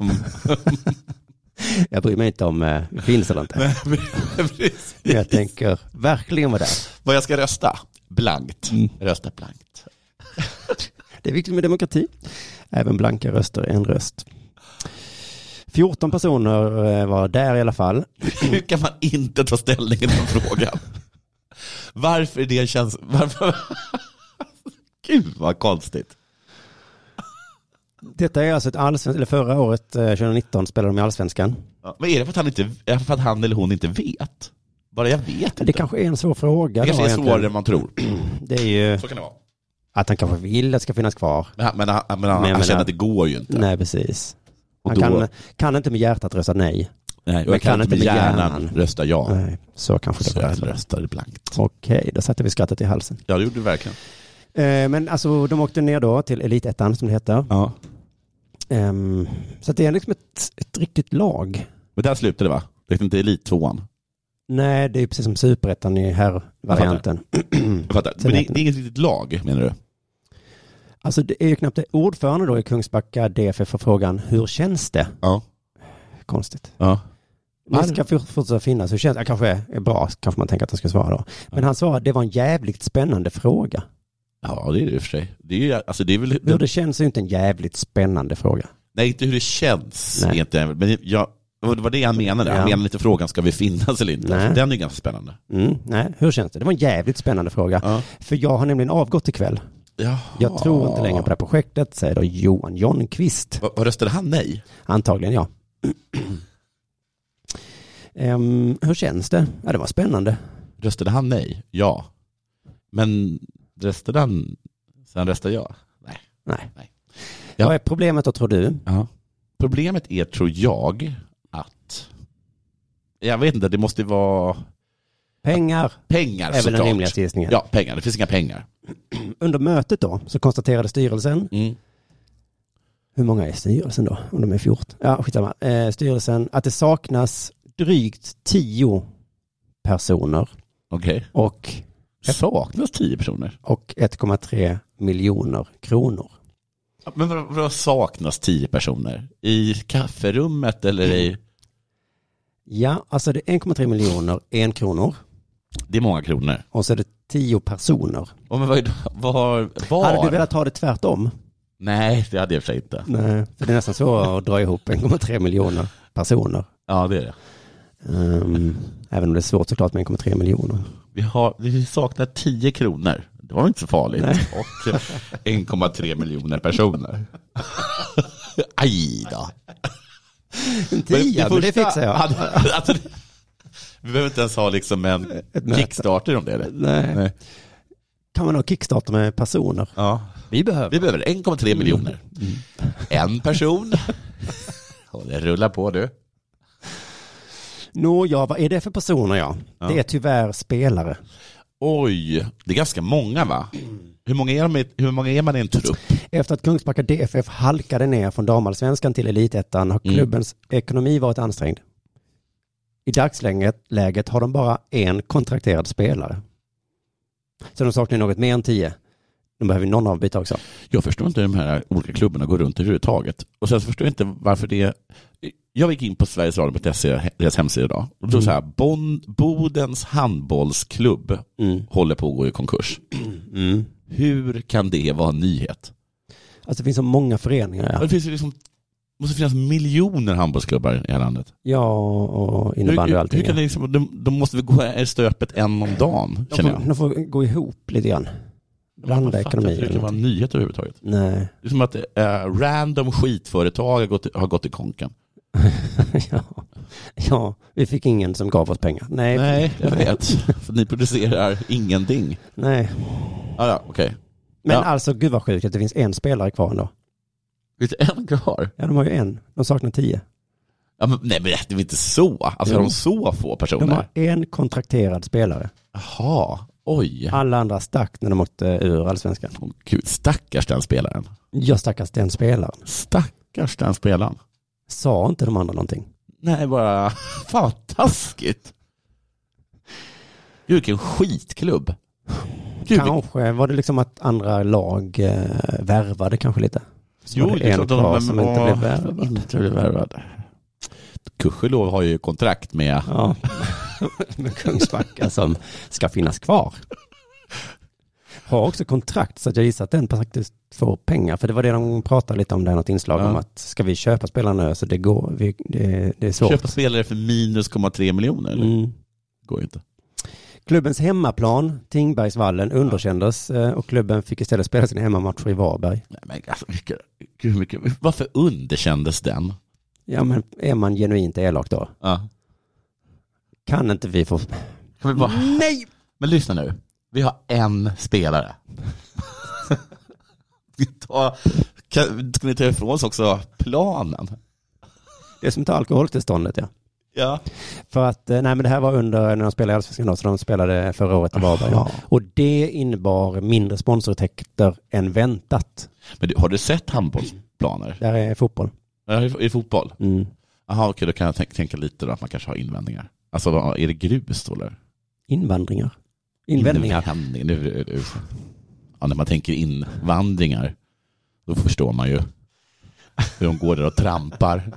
[SPEAKER 8] jag bryr mig inte om eh, vi finns eller inte. Men jag tänker verkligen vara där.
[SPEAKER 6] Vad jag ska rösta? Blankt. Rösta blankt.
[SPEAKER 8] Det är viktigt med demokrati. Även blanka röster är en röst. 14 personer eh, var där i alla fall.
[SPEAKER 6] Hur
[SPEAKER 8] Mm.
[SPEAKER 6] kan man inte ta ställning i den frågan? Varför det känns... Varför... Gud vad konstigt.
[SPEAKER 8] Detta är alltså ett allsvenskt, eller förra året, eh, 2019, spelade de i allsvenskan.
[SPEAKER 6] Ja, Men är det för att, han inte, är det för att han eller hon inte vet? Bara jag vet
[SPEAKER 8] Det
[SPEAKER 6] inte.
[SPEAKER 8] kanske är en svår fråga.
[SPEAKER 6] Det
[SPEAKER 8] då,
[SPEAKER 6] kanske är
[SPEAKER 8] egentligen.
[SPEAKER 6] svårare än man tror.
[SPEAKER 8] Det är ju
[SPEAKER 6] Så kan det vara.
[SPEAKER 8] att han kanske vill att det ska finnas kvar.
[SPEAKER 6] Men han, men han, men han,
[SPEAKER 8] Men jag
[SPEAKER 6] han
[SPEAKER 8] menar-
[SPEAKER 6] känner att det går ju inte.
[SPEAKER 8] Nej, precis.
[SPEAKER 6] Och
[SPEAKER 8] Han
[SPEAKER 6] då-
[SPEAKER 8] kan, kan inte med hjärtat rösta nej.
[SPEAKER 6] Nej, och
[SPEAKER 8] Men
[SPEAKER 6] jag kan inte med hjärnan rösta ja.
[SPEAKER 8] Nej, så kanske
[SPEAKER 6] Så
[SPEAKER 8] det
[SPEAKER 6] jag
[SPEAKER 8] var.
[SPEAKER 6] röstade blankt.
[SPEAKER 8] Okej, då satte vi skrattet i halsen.
[SPEAKER 6] Ja, det gjorde du verkligen.
[SPEAKER 8] Eh, Men alltså, de åkte ner då till Elitettan, som det heter.
[SPEAKER 6] Ja.
[SPEAKER 8] Ehm, så att det är liksom ett, ett riktigt lag.
[SPEAKER 6] Men där slutade det va? Det är inte elittvåan.
[SPEAKER 8] Nej, det är precis som superettan i herrvarianten. Mm.
[SPEAKER 6] Jag fattar. Men det, det är inget riktigt lag menar du?
[SPEAKER 8] Alltså det är ju knappt det. Ordförande då i Kungsbacka DFF får frågan, hur känns det?
[SPEAKER 6] Ja.
[SPEAKER 8] Konstigt.
[SPEAKER 6] ja.
[SPEAKER 8] Ni ska fort- fortsätta finnas, hur känns det? Ja, kanske är bra, kanske man tänker att han ska svara då. Men han svarade, det var en jävligt spännande fråga.
[SPEAKER 6] Ja, det är det i och för sig. Det är, ju- alltså, det är väl,
[SPEAKER 8] Hur det känns är ju inte en jävligt spännande fråga.
[SPEAKER 6] Nej, inte hur det känns.
[SPEAKER 8] Nej.
[SPEAKER 6] Inte, men jag, det var det han menade. Han
[SPEAKER 8] Ja.
[SPEAKER 6] menade inte frågan, ska vi finnas eller inte?
[SPEAKER 8] Nej.
[SPEAKER 6] Den är ganska spännande.
[SPEAKER 8] Mm, nej, hur känns det? Det var en jävligt spännande fråga.
[SPEAKER 6] Ja.
[SPEAKER 8] För jag har nämligen avgått ikväll.
[SPEAKER 6] Jaha.
[SPEAKER 8] Ah. Jag tror inte längre på det här projektet, säger då Johan Johnqvist.
[SPEAKER 6] Vad- vad Röstade han nej?
[SPEAKER 8] Antagligen ja. Ehm, hur känns det? Ja, det var spännande.
[SPEAKER 6] Röstade han nej? Ja. Men röstade han, sen röstade jag? Nej.
[SPEAKER 8] Nej.
[SPEAKER 6] Nej. Ja.
[SPEAKER 8] Vad är problemet då tror du?
[SPEAKER 6] Ja. Problemet är, tror jag, att jag vet inte, det måste ju vara
[SPEAKER 8] Pengar
[SPEAKER 6] pengar
[SPEAKER 8] är väl den
[SPEAKER 6] såklart.
[SPEAKER 8] rimligaste gissningen.
[SPEAKER 6] Ja, pengar. Det finns inga pengar.
[SPEAKER 8] Under mötet då så konstaterade styrelsen,
[SPEAKER 6] Mm.
[SPEAKER 8] hur många är styrelsen då? Om de är 14? Ja, skitsamma. Eh, styrelsen, att det saknas drygt 10 personer
[SPEAKER 6] Okej.
[SPEAKER 8] och,
[SPEAKER 6] Saknas tio personer?
[SPEAKER 8] och 1,3 miljoner kronor.
[SPEAKER 6] Men vad, vad saknas tio personer? I kafferummet eller i...
[SPEAKER 8] Ja, alltså det är 1,3 miljoner, en kronor.
[SPEAKER 6] Det är många kronor.
[SPEAKER 8] Och så är det tio personer.
[SPEAKER 6] Oh, men vad, vad har... Var?
[SPEAKER 8] Hade du velat ha det tvärtom?
[SPEAKER 6] Nej, det hade jag i och för sig inte.
[SPEAKER 8] Nej, för det är nästan svårare att dra ihop 1,3 miljoner personer.
[SPEAKER 6] Ja, det är det.
[SPEAKER 8] Ehm, även om det är svårt såklart med 1,3 miljoner.
[SPEAKER 6] Vi, har, vi saknar 10 kronor. Det var inte så farligt.
[SPEAKER 8] Nej.
[SPEAKER 6] Och 1,3 miljoner personer. Aj då.
[SPEAKER 8] En tia, men det
[SPEAKER 6] första-
[SPEAKER 8] fixar jag.
[SPEAKER 6] hade- alltså, det- vi behöver inte ens ha liksom en
[SPEAKER 8] möte.
[SPEAKER 6] kickstarter om det. Eller?
[SPEAKER 8] Nej. Kan man ha kickstarter med personer?
[SPEAKER 6] Ja.
[SPEAKER 8] Vi behöver.
[SPEAKER 6] Vi behöver Mm. 1,3 miljoner. En person. Och det rullar på du.
[SPEAKER 8] Nå, ja, vad är det för personer ja?
[SPEAKER 6] Ja.
[SPEAKER 8] Det är tyvärr spelare.
[SPEAKER 6] Oj, det är ganska många va? Hur många är, de i, hur många är man i en trupp?
[SPEAKER 8] Efter att Kungsbacka DFF halkade ner från damallsvenskan till elitettan har
[SPEAKER 6] Mm.
[SPEAKER 8] klubbens ekonomi varit ansträngd. I dagsläget läget har de bara en kontrakterad spelare. Så de saknar ju något mer än tio. De behöver ju någon avbyta också.
[SPEAKER 6] Jag förstår inte hur de här olika klubbarna går runt överhuvudtaget. Och sen så förstår jag inte varför det... Jag gick in på Sveriges Radio.se, deras hemsida idag. Och då så här, bon, Bodens handbollsklubb håller på att gå i konkurs. Hur kan det vara en nyhet?
[SPEAKER 8] Mm. Alltså det finns så många föreningar.
[SPEAKER 6] Och
[SPEAKER 8] Ja,
[SPEAKER 6] Det finns ju liksom, måste finnas miljoner handbollsklubbar i det här landet.
[SPEAKER 8] ja och innebandy
[SPEAKER 6] Hur,
[SPEAKER 8] och
[SPEAKER 6] hur,
[SPEAKER 8] allting.
[SPEAKER 6] hur kan det liksom, de, de måste väl gå i stöpet en om dagen,
[SPEAKER 8] ja. de,
[SPEAKER 6] känner
[SPEAKER 8] får,
[SPEAKER 6] jag.
[SPEAKER 8] de får gå ihop lite grann. Blanda
[SPEAKER 6] Jag fattar inte
[SPEAKER 8] ekonomi.
[SPEAKER 6] hur Det kan vara en nyhet överhuvudtaget.
[SPEAKER 8] Nej,
[SPEAKER 6] Det är som att eh, random skitföretag har gått, har gått i konken.
[SPEAKER 8] ja. ja, vi fick ingen som gav oss pengar. Nej,
[SPEAKER 6] Nej, jag vet. För ni producerar ingenting.
[SPEAKER 8] Nej.
[SPEAKER 6] Ah, ja, okej.
[SPEAKER 8] Men
[SPEAKER 6] Ja.
[SPEAKER 8] alltså gud vad sjukt att det finns en spelare kvar ändå.
[SPEAKER 6] Vet du, en kvar?
[SPEAKER 8] Ja, de har ju en. De saknar tio.
[SPEAKER 6] Ja, men, nej, men det är väl inte så? Alltså
[SPEAKER 8] Jo.
[SPEAKER 6] har de så få personer?
[SPEAKER 8] De har en kontrakterad spelare.
[SPEAKER 6] Jaha, oj.
[SPEAKER 8] Alla andra stack när de åkte ur allsvenskan.
[SPEAKER 6] Åh, Gud, stackars den spelaren.
[SPEAKER 8] Jag stackars den spelaren.
[SPEAKER 6] Stackars den spelaren.
[SPEAKER 8] Sa inte de andra någonting?
[SPEAKER 6] Nej, bara fan vad taskigt. Gud, vilken skitklubb. Gud, vilken-
[SPEAKER 8] Kanske var det liksom att andra lag eh, värvade kanske lite. Så var det en
[SPEAKER 6] de-
[SPEAKER 8] kvar som inte
[SPEAKER 6] åh,
[SPEAKER 8] blev värvad.
[SPEAKER 6] Inte blev värvad. Gudskelov har ju kontrakt med
[SPEAKER 8] Ja. Med Kungsbacka som ska finnas kvar. Har också kontrakt så att jag gissar att den faktiskt får pengar. För det var det de pratade lite om där i något inslag
[SPEAKER 6] Ja.
[SPEAKER 8] om att ska vi köpa spelarna nu så det går, vi, det, det är svårt.
[SPEAKER 6] Köpa spelare för minus 0,3 miljoner? eller?
[SPEAKER 8] Mm.
[SPEAKER 6] går ju inte.
[SPEAKER 8] Klubbens hemmaplan, Tingbergsvallen, underkändes eh, och klubben fick istället spela sina hemmamatcher i Varberg.
[SPEAKER 6] Nej, men alltså, mycket, gud, mycket, varför underkändes den?
[SPEAKER 8] Ja men är man genuint elak då?
[SPEAKER 6] Ja.
[SPEAKER 8] Kan inte vi få...
[SPEAKER 6] Kan vi bara... Nej! Men lyssna nu. Vi har en spelare. vi tar, kan, ska ni ta ifrån oss också planen?
[SPEAKER 8] Det är som tar alkoholtillståndet ja.
[SPEAKER 6] Ja.
[SPEAKER 8] För att, eh, nej men det här var under när de spelade i Allsvenskan då, så de spelade förra året i Varberg.
[SPEAKER 6] Aha.
[SPEAKER 8] Och det innebar mindre sponsortäkter än väntat.
[SPEAKER 6] Men du, har du sett handbollsplaner?
[SPEAKER 8] Där är fotboll.
[SPEAKER 6] Ja. I, I fotboll?
[SPEAKER 8] Mm.
[SPEAKER 6] Jaha, okej, då kan jag tänka, tänka lite då att man kanske har invändningar. Alltså, vad- är det grus då eller?
[SPEAKER 8] Invandringar. Invändningar.
[SPEAKER 6] Invändning, nu, nu, nu. Ja, när man tänker invandringar, då förstår man ju hur de går där och trampar.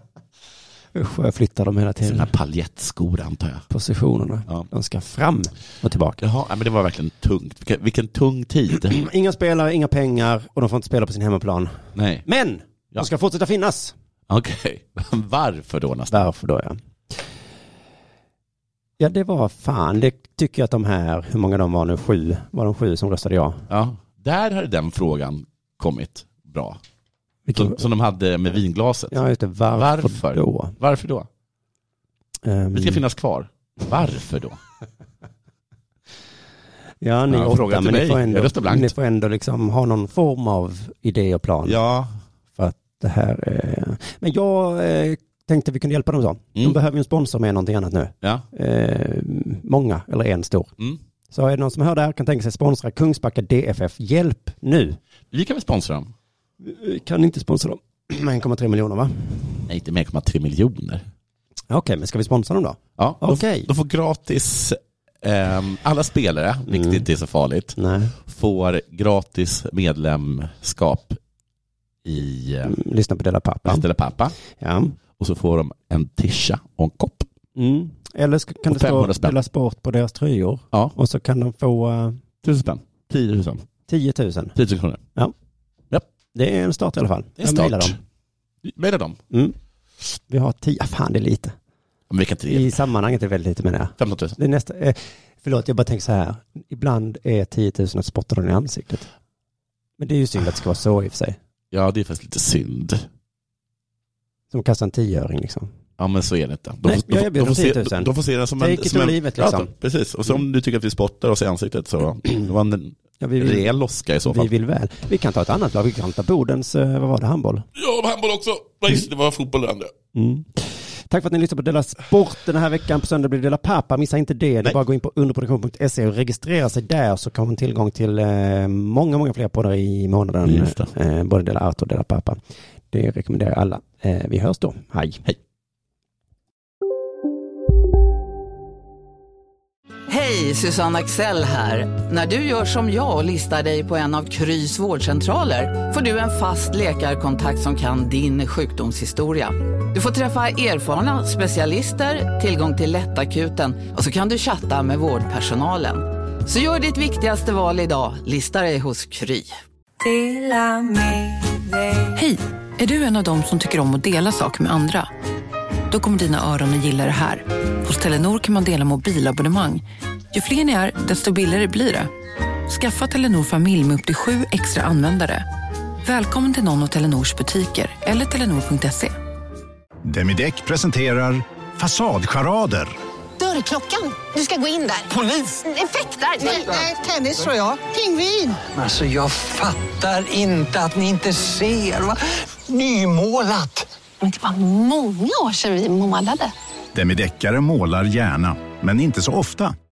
[SPEAKER 8] Usch, jag flyttar dem hela
[SPEAKER 6] Sådana
[SPEAKER 8] tiden.
[SPEAKER 6] här paljettskor antar jag.
[SPEAKER 8] Positionerna.
[SPEAKER 6] Ja.
[SPEAKER 8] De ska fram och tillbaka.
[SPEAKER 6] Jaha, nej, men det var verkligen tungt. Vilken, vilken tung tid.
[SPEAKER 8] Inga spelare, inga pengar och de får inte spela på sin hemmaplan.
[SPEAKER 6] Nej,
[SPEAKER 8] Men!
[SPEAKER 6] Ja.
[SPEAKER 8] De ska fortsätta finnas.
[SPEAKER 6] okej. Varför då nästan?
[SPEAKER 8] Varför då ja. Ja det var fan, det tycker jag att de här, hur många de var nu, sju, var de sju som röstade ja?
[SPEAKER 6] Ja, där har den frågan kommit bra.
[SPEAKER 8] Vilken-
[SPEAKER 6] Som, som de hade med vinglaset.
[SPEAKER 8] Ja just det, varför,
[SPEAKER 6] Varför?
[SPEAKER 8] då?
[SPEAKER 6] Varför då?
[SPEAKER 8] Ehm,
[SPEAKER 6] Vi ska finnas kvar. Mm. Varför då?
[SPEAKER 8] Ja ni
[SPEAKER 6] Ja,
[SPEAKER 8] är åtta
[SPEAKER 6] fråga till
[SPEAKER 8] men ni
[SPEAKER 6] mig.
[SPEAKER 8] får,
[SPEAKER 6] Jag
[SPEAKER 8] ändå,
[SPEAKER 6] röstar blankt.
[SPEAKER 8] ni får ändå liksom ha någon form av idé och plan.
[SPEAKER 6] Ja,
[SPEAKER 8] För att det här eh, Men jag eh, tänkte vi kunde hjälpa dem så.
[SPEAKER 6] Mm.
[SPEAKER 8] De behöver ju en sponsor med någonting annat nu.
[SPEAKER 6] ja.
[SPEAKER 8] Eh, många, eller en stor.
[SPEAKER 6] Mm.
[SPEAKER 8] Så är det någon som hör det här kan tänka sig sponsra Kungsbacka DFF, hjälp nu.
[SPEAKER 6] Vi kan väl sponsra dem?
[SPEAKER 8] Vi kan inte sponsra dem med 1,3 miljoner va?
[SPEAKER 6] Nej, inte med 1,3 miljoner.
[SPEAKER 8] Okej, men ska vi sponsra dem då?
[SPEAKER 6] Ja, de,
[SPEAKER 8] Okej.
[SPEAKER 6] de får gratis, ehm, alla spelare, vilket
[SPEAKER 8] Mm.
[SPEAKER 6] inte är så farligt,
[SPEAKER 8] Nej.
[SPEAKER 6] får gratis medlemskap i...
[SPEAKER 8] Mm, Lyssna på Della Pappa.
[SPEAKER 6] Lyssna på Della Pappa.
[SPEAKER 8] Ja.
[SPEAKER 6] Och så får de en tisha och en kopp.
[SPEAKER 8] Mm. Eller ska, kan
[SPEAKER 6] Och
[SPEAKER 8] det stå
[SPEAKER 6] 500 spänn.
[SPEAKER 8] Della Sport på deras tröjor?
[SPEAKER 6] Ja.
[SPEAKER 8] Och så kan de få... eh,
[SPEAKER 6] 1000 spänn. 10 000.
[SPEAKER 8] 10 000. 10
[SPEAKER 6] 000 kronor.
[SPEAKER 8] Ja.
[SPEAKER 6] Japp.
[SPEAKER 8] Det är en start i alla fall.
[SPEAKER 6] Det är en
[SPEAKER 8] Jag
[SPEAKER 6] start.
[SPEAKER 8] mejlar dem.
[SPEAKER 6] Mejla dem.
[SPEAKER 8] Mm. Vi har 10, ah, fan det är lite.
[SPEAKER 6] Men vi kan inte
[SPEAKER 8] I sammanhanget är det väldigt lite menar jag.
[SPEAKER 6] 15 000.
[SPEAKER 8] Det är nästa, eh, förlåt, jag bara tänker så här. Ibland är 10 000 att spotta någon i ansiktet. Men det är ju synd att det ska vara så i och för sig.
[SPEAKER 6] Ja, det är faktiskt lite synd.
[SPEAKER 8] Som att kasta en tioöring liksom.
[SPEAKER 6] Ja, men så är det inte.
[SPEAKER 8] Nej, jag
[SPEAKER 6] de,
[SPEAKER 8] erbjuder
[SPEAKER 6] får se,
[SPEAKER 8] 10 000.
[SPEAKER 6] de, de får se den som en...
[SPEAKER 8] Take it
[SPEAKER 6] som
[SPEAKER 8] or
[SPEAKER 6] en,
[SPEAKER 8] leave it, liksom.
[SPEAKER 6] Ja, precis. Och så om du tycker att vi spottar oss i ansiktet så det var en
[SPEAKER 8] Ja, vi vill-
[SPEAKER 6] rejäl loska i så fall.
[SPEAKER 8] Vi vill väl. Vi kan ta ett annat lag. Vi kan ta Bodens, eh, vad var det, handboll?
[SPEAKER 3] Ja, handboll också. Nej, det var fotboll det andra.
[SPEAKER 8] Mm. Tack för att ni lyssnade på Della Sport den här veckan. På söndag blir det Della Pappa. Missa inte det. Det är bara att gå in på underproduktion.se E och registrera sig där så kan man tillgång till eh, många, många fler poddar i månaden.
[SPEAKER 6] Just
[SPEAKER 8] Eh, både Della Art och Della Pappa. Det rekommenderar jag alla. Eh, vi hörs då. Hej. Hej.
[SPEAKER 14] Hej, Susanne Axel här. När du gör som jag och listar dig på en av Krys vårdcentraler får du en fast läkarkontakt som kan din sjukdomshistoria. Du får träffa erfarna specialister, tillgång till lättakuten och så kan du chatta med vårdpersonalen. Så gör ditt viktigaste val idag, listar dig hos Kry.
[SPEAKER 11] Hej! Är du en av dem som tycker om att dela saker med andra? Då kommer dina öron att gilla det här. Hos Telenor kan man dela mobilabonnemang. Ju fler ni är, desto billigare blir det. Skaffa Telenor familj med upp till sju extra användare. Välkommen till någon av Telenors butiker eller telenor.se.
[SPEAKER 15] Demideck presenterar Fasadcharader.
[SPEAKER 16] Dörrklockan. Du ska gå in där. Polis? Effektar? Nej, nej, tennis tror jag. Pingvin.
[SPEAKER 17] Alltså jag fattar inte att ni inte ser. Va? Nymålat.
[SPEAKER 16] Men det var många år sedan vi målade.
[SPEAKER 15] Demideckare målar gärna, men inte så ofta.